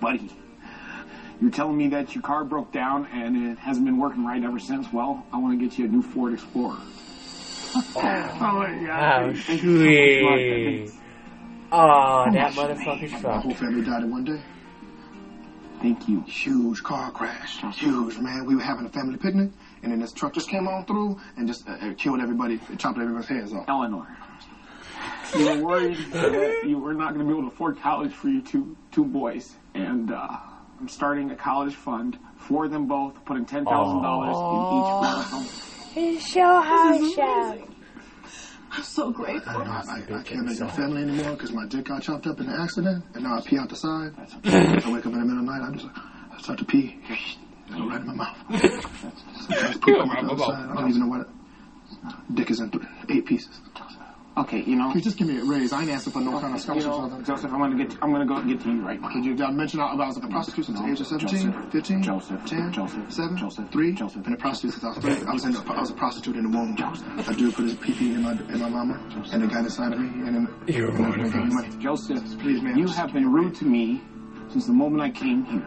S5: Buddy. You're telling me that your car broke down and it hasn't been working right ever since. Well, I want to get you a new Ford Explorer.
S3: Oh,
S5: my
S3: How sweet. Oh, that motherfucker's
S18: My
S3: fucked.
S18: whole family died in one day.
S5: Thank you.
S18: Huge car crash. Huge, man. We were having a family picnic, and then this truck just came on through and just uh, uh, killed everybody, chopped everybody's heads off.
S5: Eleanor. You were worried that you were not going to be able to afford college for your two two boys, and uh, I'm starting a college fund for them both, putting ten thousand dollars in each one of them.
S2: It's so
S5: hard,
S18: I'm so grateful. I, I, I can't make a family anymore because my dick got chopped up in an accident, and now I pee out the side. I wake up in the middle of the night, I just I start to pee. I go right in my mouth. Sometimes poop comes out the other side. I don't even know what. Dick is in th- eight pieces.
S5: Okay, you know.
S18: Please just give me a raise. I ain't asking for no kind of scholarship.
S5: You know, Joseph, I'm gonna get. I'm gonna go get to you right now.
S18: Okay, you I mentioned I I was at the prostitute since the age of 17,
S5: Joseph,
S18: 15,
S5: Joseph,
S18: 10, 7, 3, and a prostitute since I was 3. I was, in the, I was a prostitute in the womb. A dude put his pee-pee in my, in my mama, and it got inside of me, and then... You're
S5: Joseph,
S18: please, man.
S5: you have been rude to me since the moment I came here.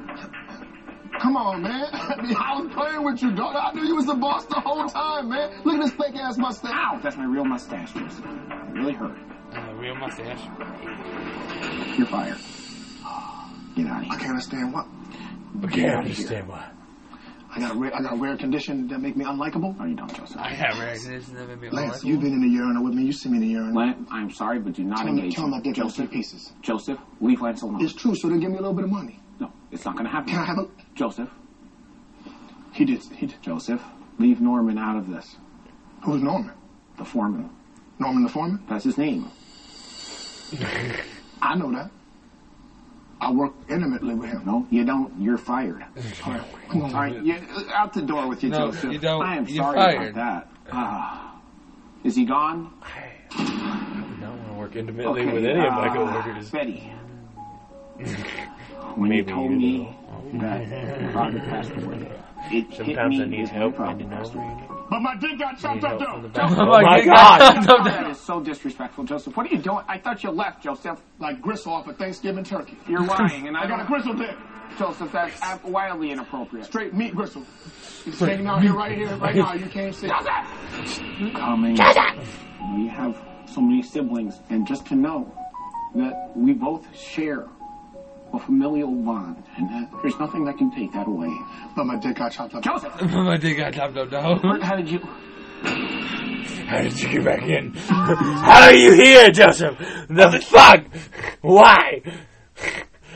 S18: Come on, man. I, mean, I was playing with you, dog. I knew you was the boss the whole time, man. Look at this fake-ass mustache.
S5: Ow! That's my real mustache, Joseph. It really hurt.
S1: Uh, real mustache.
S5: You're fired. Get out of here. I
S18: can't understand what.
S5: Get out of here.
S3: why.
S18: I got a rare, I got a rare condition that make me unlikable. Are you dumb, Joseph?
S1: I have rare conditions that make me
S18: Lance,
S1: unlikable.
S18: you've been in the urinal with me. You see me in the urinal.
S20: Lance, I'm sorry, but you're not
S18: tell
S20: engaged.
S18: Him, tell him I dick in
S20: Joseph,
S18: three pieces.
S20: Joseph, leave Lance alone.
S18: It's true, so they give me a little bit of money.
S20: No, it's not going to happen.
S18: Can I have a?
S20: Joseph. He did. He did. Joseph, leave Norman out of this.
S18: Who's Norman?
S20: The foreman.
S18: Norman the foreman?
S20: That's his name.
S18: I know that. I work intimately with him.
S20: No, you don't. You're fired.
S18: All right, come on.
S20: All right, you, out the door with you,
S18: No,
S20: Joseph.
S18: you don't.
S20: I am
S18: You're
S20: sorry
S18: fired.
S20: about that. Ah. is he gone?
S3: I don't want to work intimately
S20: Okay,
S3: with any of my
S20: uh,
S3: coworkers.
S20: Betty.
S3: When
S20: you told me that Roger passed away, it
S3: Sometimes
S20: hit me
S3: I need
S20: as
S3: help,
S20: my
S3: I need
S20: father passed
S3: help.
S20: away.
S21: But my dick got chopped up, though.
S3: back. Oh my My God. God.
S20: That is so disrespectful, Joseph. What are you doing? I thought you left, Joseph.
S18: Like gristle off a Thanksgiving turkey.
S20: You're lying, and I,
S18: I got a gristle dick.
S20: Joseph, that's ab- wildly inappropriate.
S18: Straight meat gristle. It's hanging out here right here, right now. You can't see.
S20: Coming. We have so many siblings, and just to know that we both share a familial bond, and that there's nothing that can take that away.
S18: But my dick got chopped up.
S20: Joseph!
S1: My dick got chopped up now.
S20: How did you?
S3: How did you get back in? How are you here, Joseph? The fuck? Why?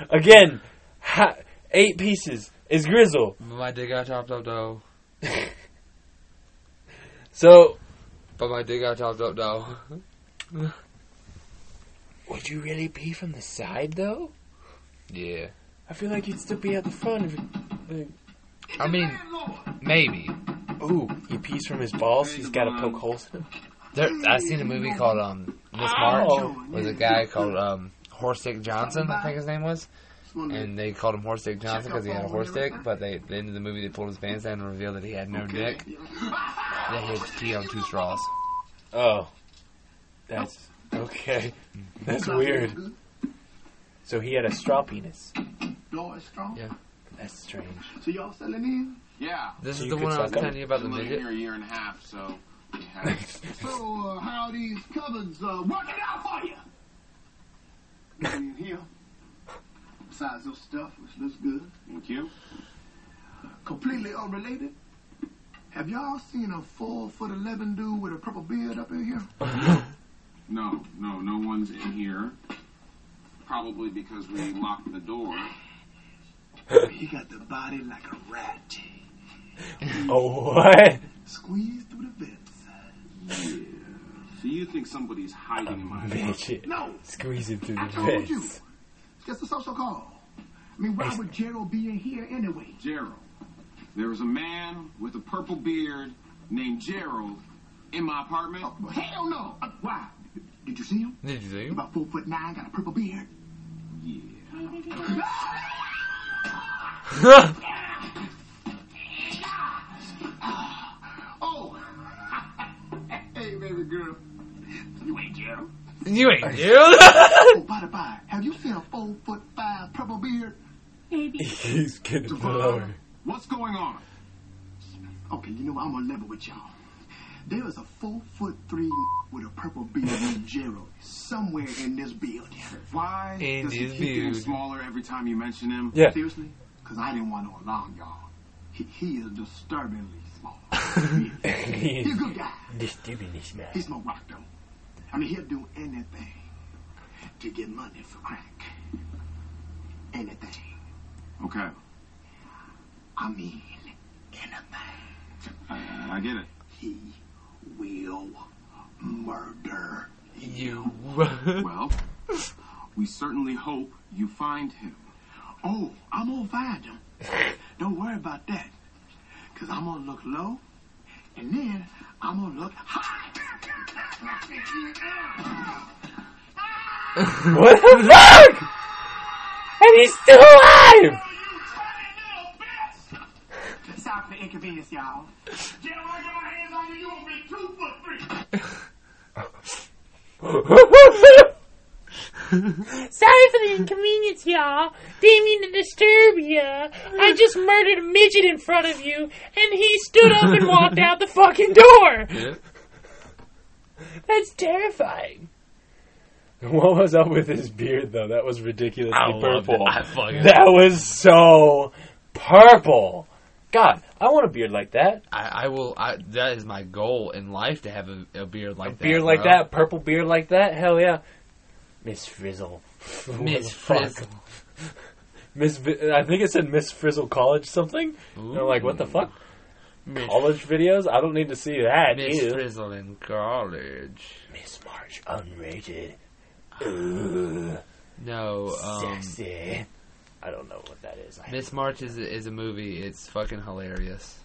S3: Again, ha- eight pieces is Grizzle.
S1: My dick got chopped up though.
S3: So,
S1: But my dick got chopped up though.
S3: would you really pee from the side though?
S1: Yeah.
S3: I feel like you'd still be at the front. If it,
S1: I mean, maybe.
S3: Ooh, he pees from his balls. He's got to poke holes in him.
S1: There, I seen a movie called um Miss March with a guy called um Horsestick Johnson, I think his name was, and they called him Horsestick Johnson because he had a horse dick. But they at the end of the movie they pulled his pants down and revealed that he had no dick. That he had to pee on two straws.
S3: Oh, that's okay. That's weird. So he had a straw penis.
S18: Blow it strong.
S1: Yeah.
S3: That's strange.
S18: So y'all selling in?
S20: Yeah.
S1: This
S3: So
S1: is
S3: you
S1: the
S3: could
S1: one I was
S3: suck 'em?
S1: telling you about the
S20: Been living
S1: midget.
S20: here a year and a half, so.
S18: So uh, how are these cupboards uh, working out for you? Nothing in here. Besides those stuff, which looks good.
S20: Thank you.
S18: Completely unrelated. Have y'all seen a four foot eleven dude with a purple beard up in here?
S20: No, no, no one's in here. Probably because we locked the door.
S18: he got the body like a rat.
S3: Oh, what?
S18: Squeezed through the vents.
S20: So you think somebody's hiding in my
S3: Midget.
S18: No.
S3: Squeeze him through
S18: I
S3: the
S18: told you.
S3: vest.
S18: It's just a social call. I mean, why would Gerald be in here anyway?
S20: Gerald. There was a man with a purple beard named Gerald in my apartment.
S18: Oh, Hell no. Uh, why? Did you see him?
S1: Did you see?
S18: About four foot nine, got a purple beard. Oh. hey, baby girl. You ain't Gerald.
S1: You ain't
S18: oh, by the by, have you seen a four foot five purple beard? Maybe.
S3: He's getting lower.
S20: What's going on?
S18: Okay, you know what? I'm on level with y'all. There is a four foot three with a purple beard named Gerald somewhere in this building.
S20: Why
S1: In
S20: does he
S1: this
S20: keep getting
S1: dude.
S20: smaller every time you mention him?
S18: Seriously? Because I didn't want to alarm y'all. He, he is disturbingly small. He's a good guy.
S3: Disturbing this man.
S18: He's no rock, though. I mean, he'll do anything to get money for crack. Anything.
S20: Okay,
S18: I mean, anything.
S20: I, I get it.
S18: He will murder.
S1: You.
S20: well, we certainly hope you find him.
S18: Oh, I'm gonna find him. Don't worry about that. Cause I'm gonna look low, and then I'm gonna look high.
S3: What the fuck? And he's still alive!
S18: Stop the inconvenience, y'all.
S21: Gerald, I got my hands on you. You will be two foot three.
S22: Sorry for the inconvenience, y'all. Didn't mean to disturb ya. I just murdered a midget in front of you, and he stood up and walked out the fucking door. That's terrifying.
S3: What was up with his beard though? That was ridiculously
S22: I loved it.
S3: purple.
S22: I fucking-
S3: that was so purple. God, I want a beard like that.
S1: I, I will. I, that is my goal in life to have a, a beard like that.
S3: beard like
S1: bro.
S3: that, purple beard like that. Hell yeah, Miss Frizzle.
S1: Miss
S3: Fuck.
S1: Frizzle.
S3: Miss, Vi- I think it said Miss Frizzle College something. And I'm like, what the fuck?
S1: Miss-
S3: College videos? I don't need to see that.
S1: Miss
S3: ew.
S1: Frizzle in college.
S3: Miss March unrated. Ugh.
S1: No, um,
S3: Sexy. I don't know what that is. I-
S1: Miss March is a, is a movie. It's fucking hilarious.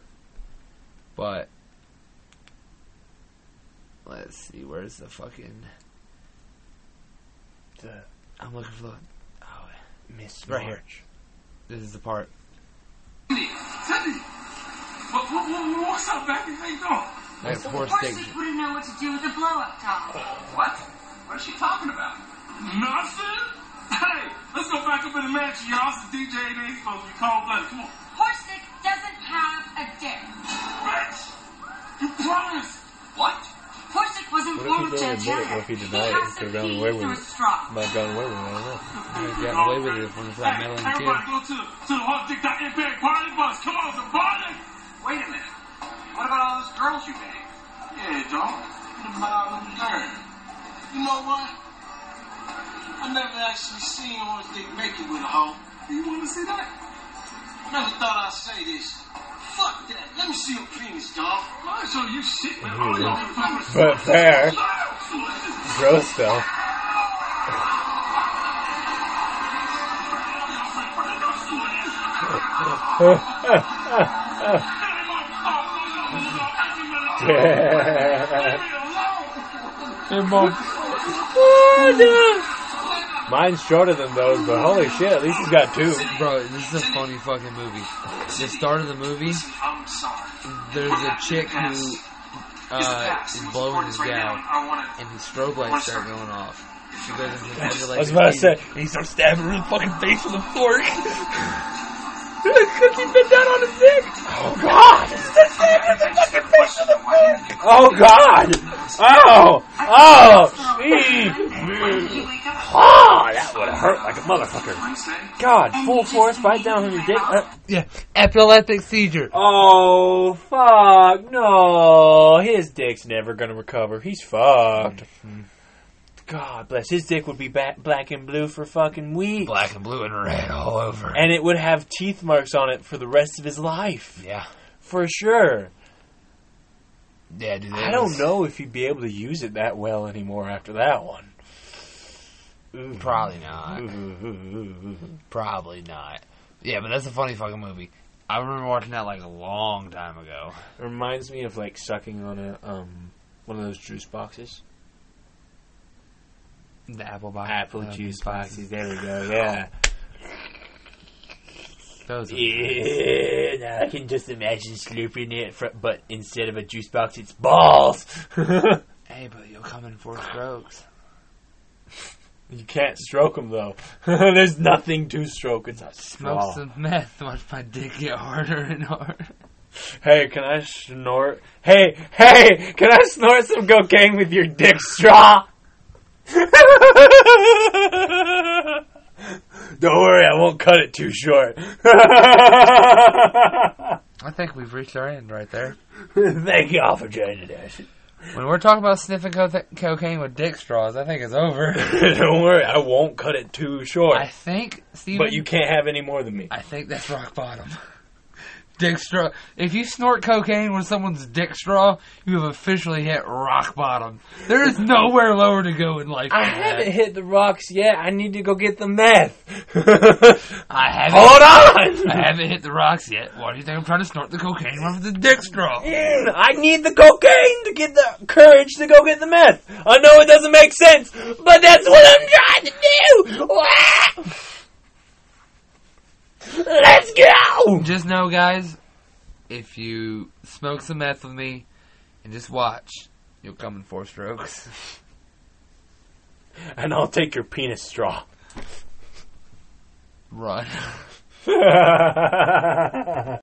S1: But let's see, where's the fucking? I'm looking for the. Oh,
S3: Miss
S1: right
S3: March.
S1: here. This is the part.
S23: Cindy, what, what, what, what's up, Becky? How you doing?
S1: That's
S23: so
S1: poor
S23: of course
S1: Stig.
S23: Zeke wouldn't know what to do with a blow-up doll. What? What is she talking about?
S10: Nothing? Hey, let's go back up in the mansion, y'all. It's the DJ they ain't supposed to be cold blooded. Come on.
S23: Horsick doesn't have a dick. Bitch! You promised! What? Horsick was
S3: What if he
S23: informed
S3: did
S23: Judge
S3: admit it? What
S23: Jenner.
S3: if he denied it? Could have gotten away with
S23: through a
S3: it.
S23: straw.
S3: Might have gotten away with it. I
S1: I've
S3: don't know.
S1: gotten away with it from that meddling kid.
S10: Everybody go to the, to the Hot Dick Dot Impact party bus. Come on, it's a party! Wait a minute. What about all those girls you made?
S18: Yeah, dog. What about when you learn? You know what? I never actually seen Orange Dick make it with a hoe. You want to see that? I never thought I'd say this. Fuck that. Let me see your penis, dog. Why so you shit with
S3: all your But there, gross though. Mine's shorter than those, but holy shit, at least he's got two.
S1: Bro, this is a funny fucking movie. The start of the movie,
S23: I'm sorry.
S1: there's a chick who uh, is blowing his guy, and his strobe lights start going off. She goes into the
S3: I
S1: underlay
S3: was about to
S1: machine.
S3: say, he starts stabbing her in the fucking face with a fork.
S24: Cookie bit down on his dick. Oh God! He's just stabbing the fucking face with a fork.
S3: Oh god! Oh! Oh! Gee! Oh, that would have hurt like a motherfucker. God, full force right down on your dick.
S1: yeah, epileptic seizure.
S3: Oh, fuck, no. His dick's never gonna recover. He's fucked. God bless. His dick would be back, black and blue for fucking weeks.
S1: Black and blue and red all over.
S3: And it would have teeth marks on it for the rest of his life.
S1: Yeah.
S3: For sure.
S1: Yeah, dude.
S3: I don't know if he'd be able to use it that well anymore after that one.
S1: Probably not. Probably not. Yeah, but that's a funny fucking movie. I remember watching that like a long time ago.
S3: It reminds me of like sucking on a um one of those juice boxes.
S1: The apple box.
S3: Apple
S1: Uh,
S3: juice boxes. Oh, There we go. Yeah.
S1: Those are-
S3: yeah. Now I can just imagine slurping it, fr- but instead of a juice box, it's balls.
S1: hey, but you'll come in four strokes.
S3: you can't stroke them though. There's nothing to stroke. It's a
S1: Smoke
S3: straw.
S1: some meth. Watch my dick get harder and harder.
S3: Hey, can I snort? Hey, hey, can I snort some cocaine with your dick straw? Don't worry, I won't cut it too short.
S1: I think we've reached our end right there.
S3: Thank y'all for joining us.
S1: When we're talking about sniffing co- cocaine with dick straws, I think it's over.
S3: Don't worry, I won't cut it too short.
S1: I think, Steven.
S3: but you can't have any more than me.
S1: I think that's rock bottom. Dick straw. If you snort cocaine with someone's dick straw, you have officially hit rock bottom. There is nowhere lower to go in life.
S3: I
S1: than that.
S3: haven't hit the rocks yet. I need to go get the meth.
S1: I haven't.
S3: Hold on!
S1: I haven't hit the rocks yet. Why do you think I'm trying to snort the cocaine with the dick straw?
S3: Mm, I need the cocaine to get the courage to go get the meth. I know it doesn't make sense, but that's what I'm trying to do. Ah! Let's go!
S1: Just know, guys, if you smoke some meth with me and just watch, you'll come in four strokes.
S3: And I'll take your penis straw.
S1: Run.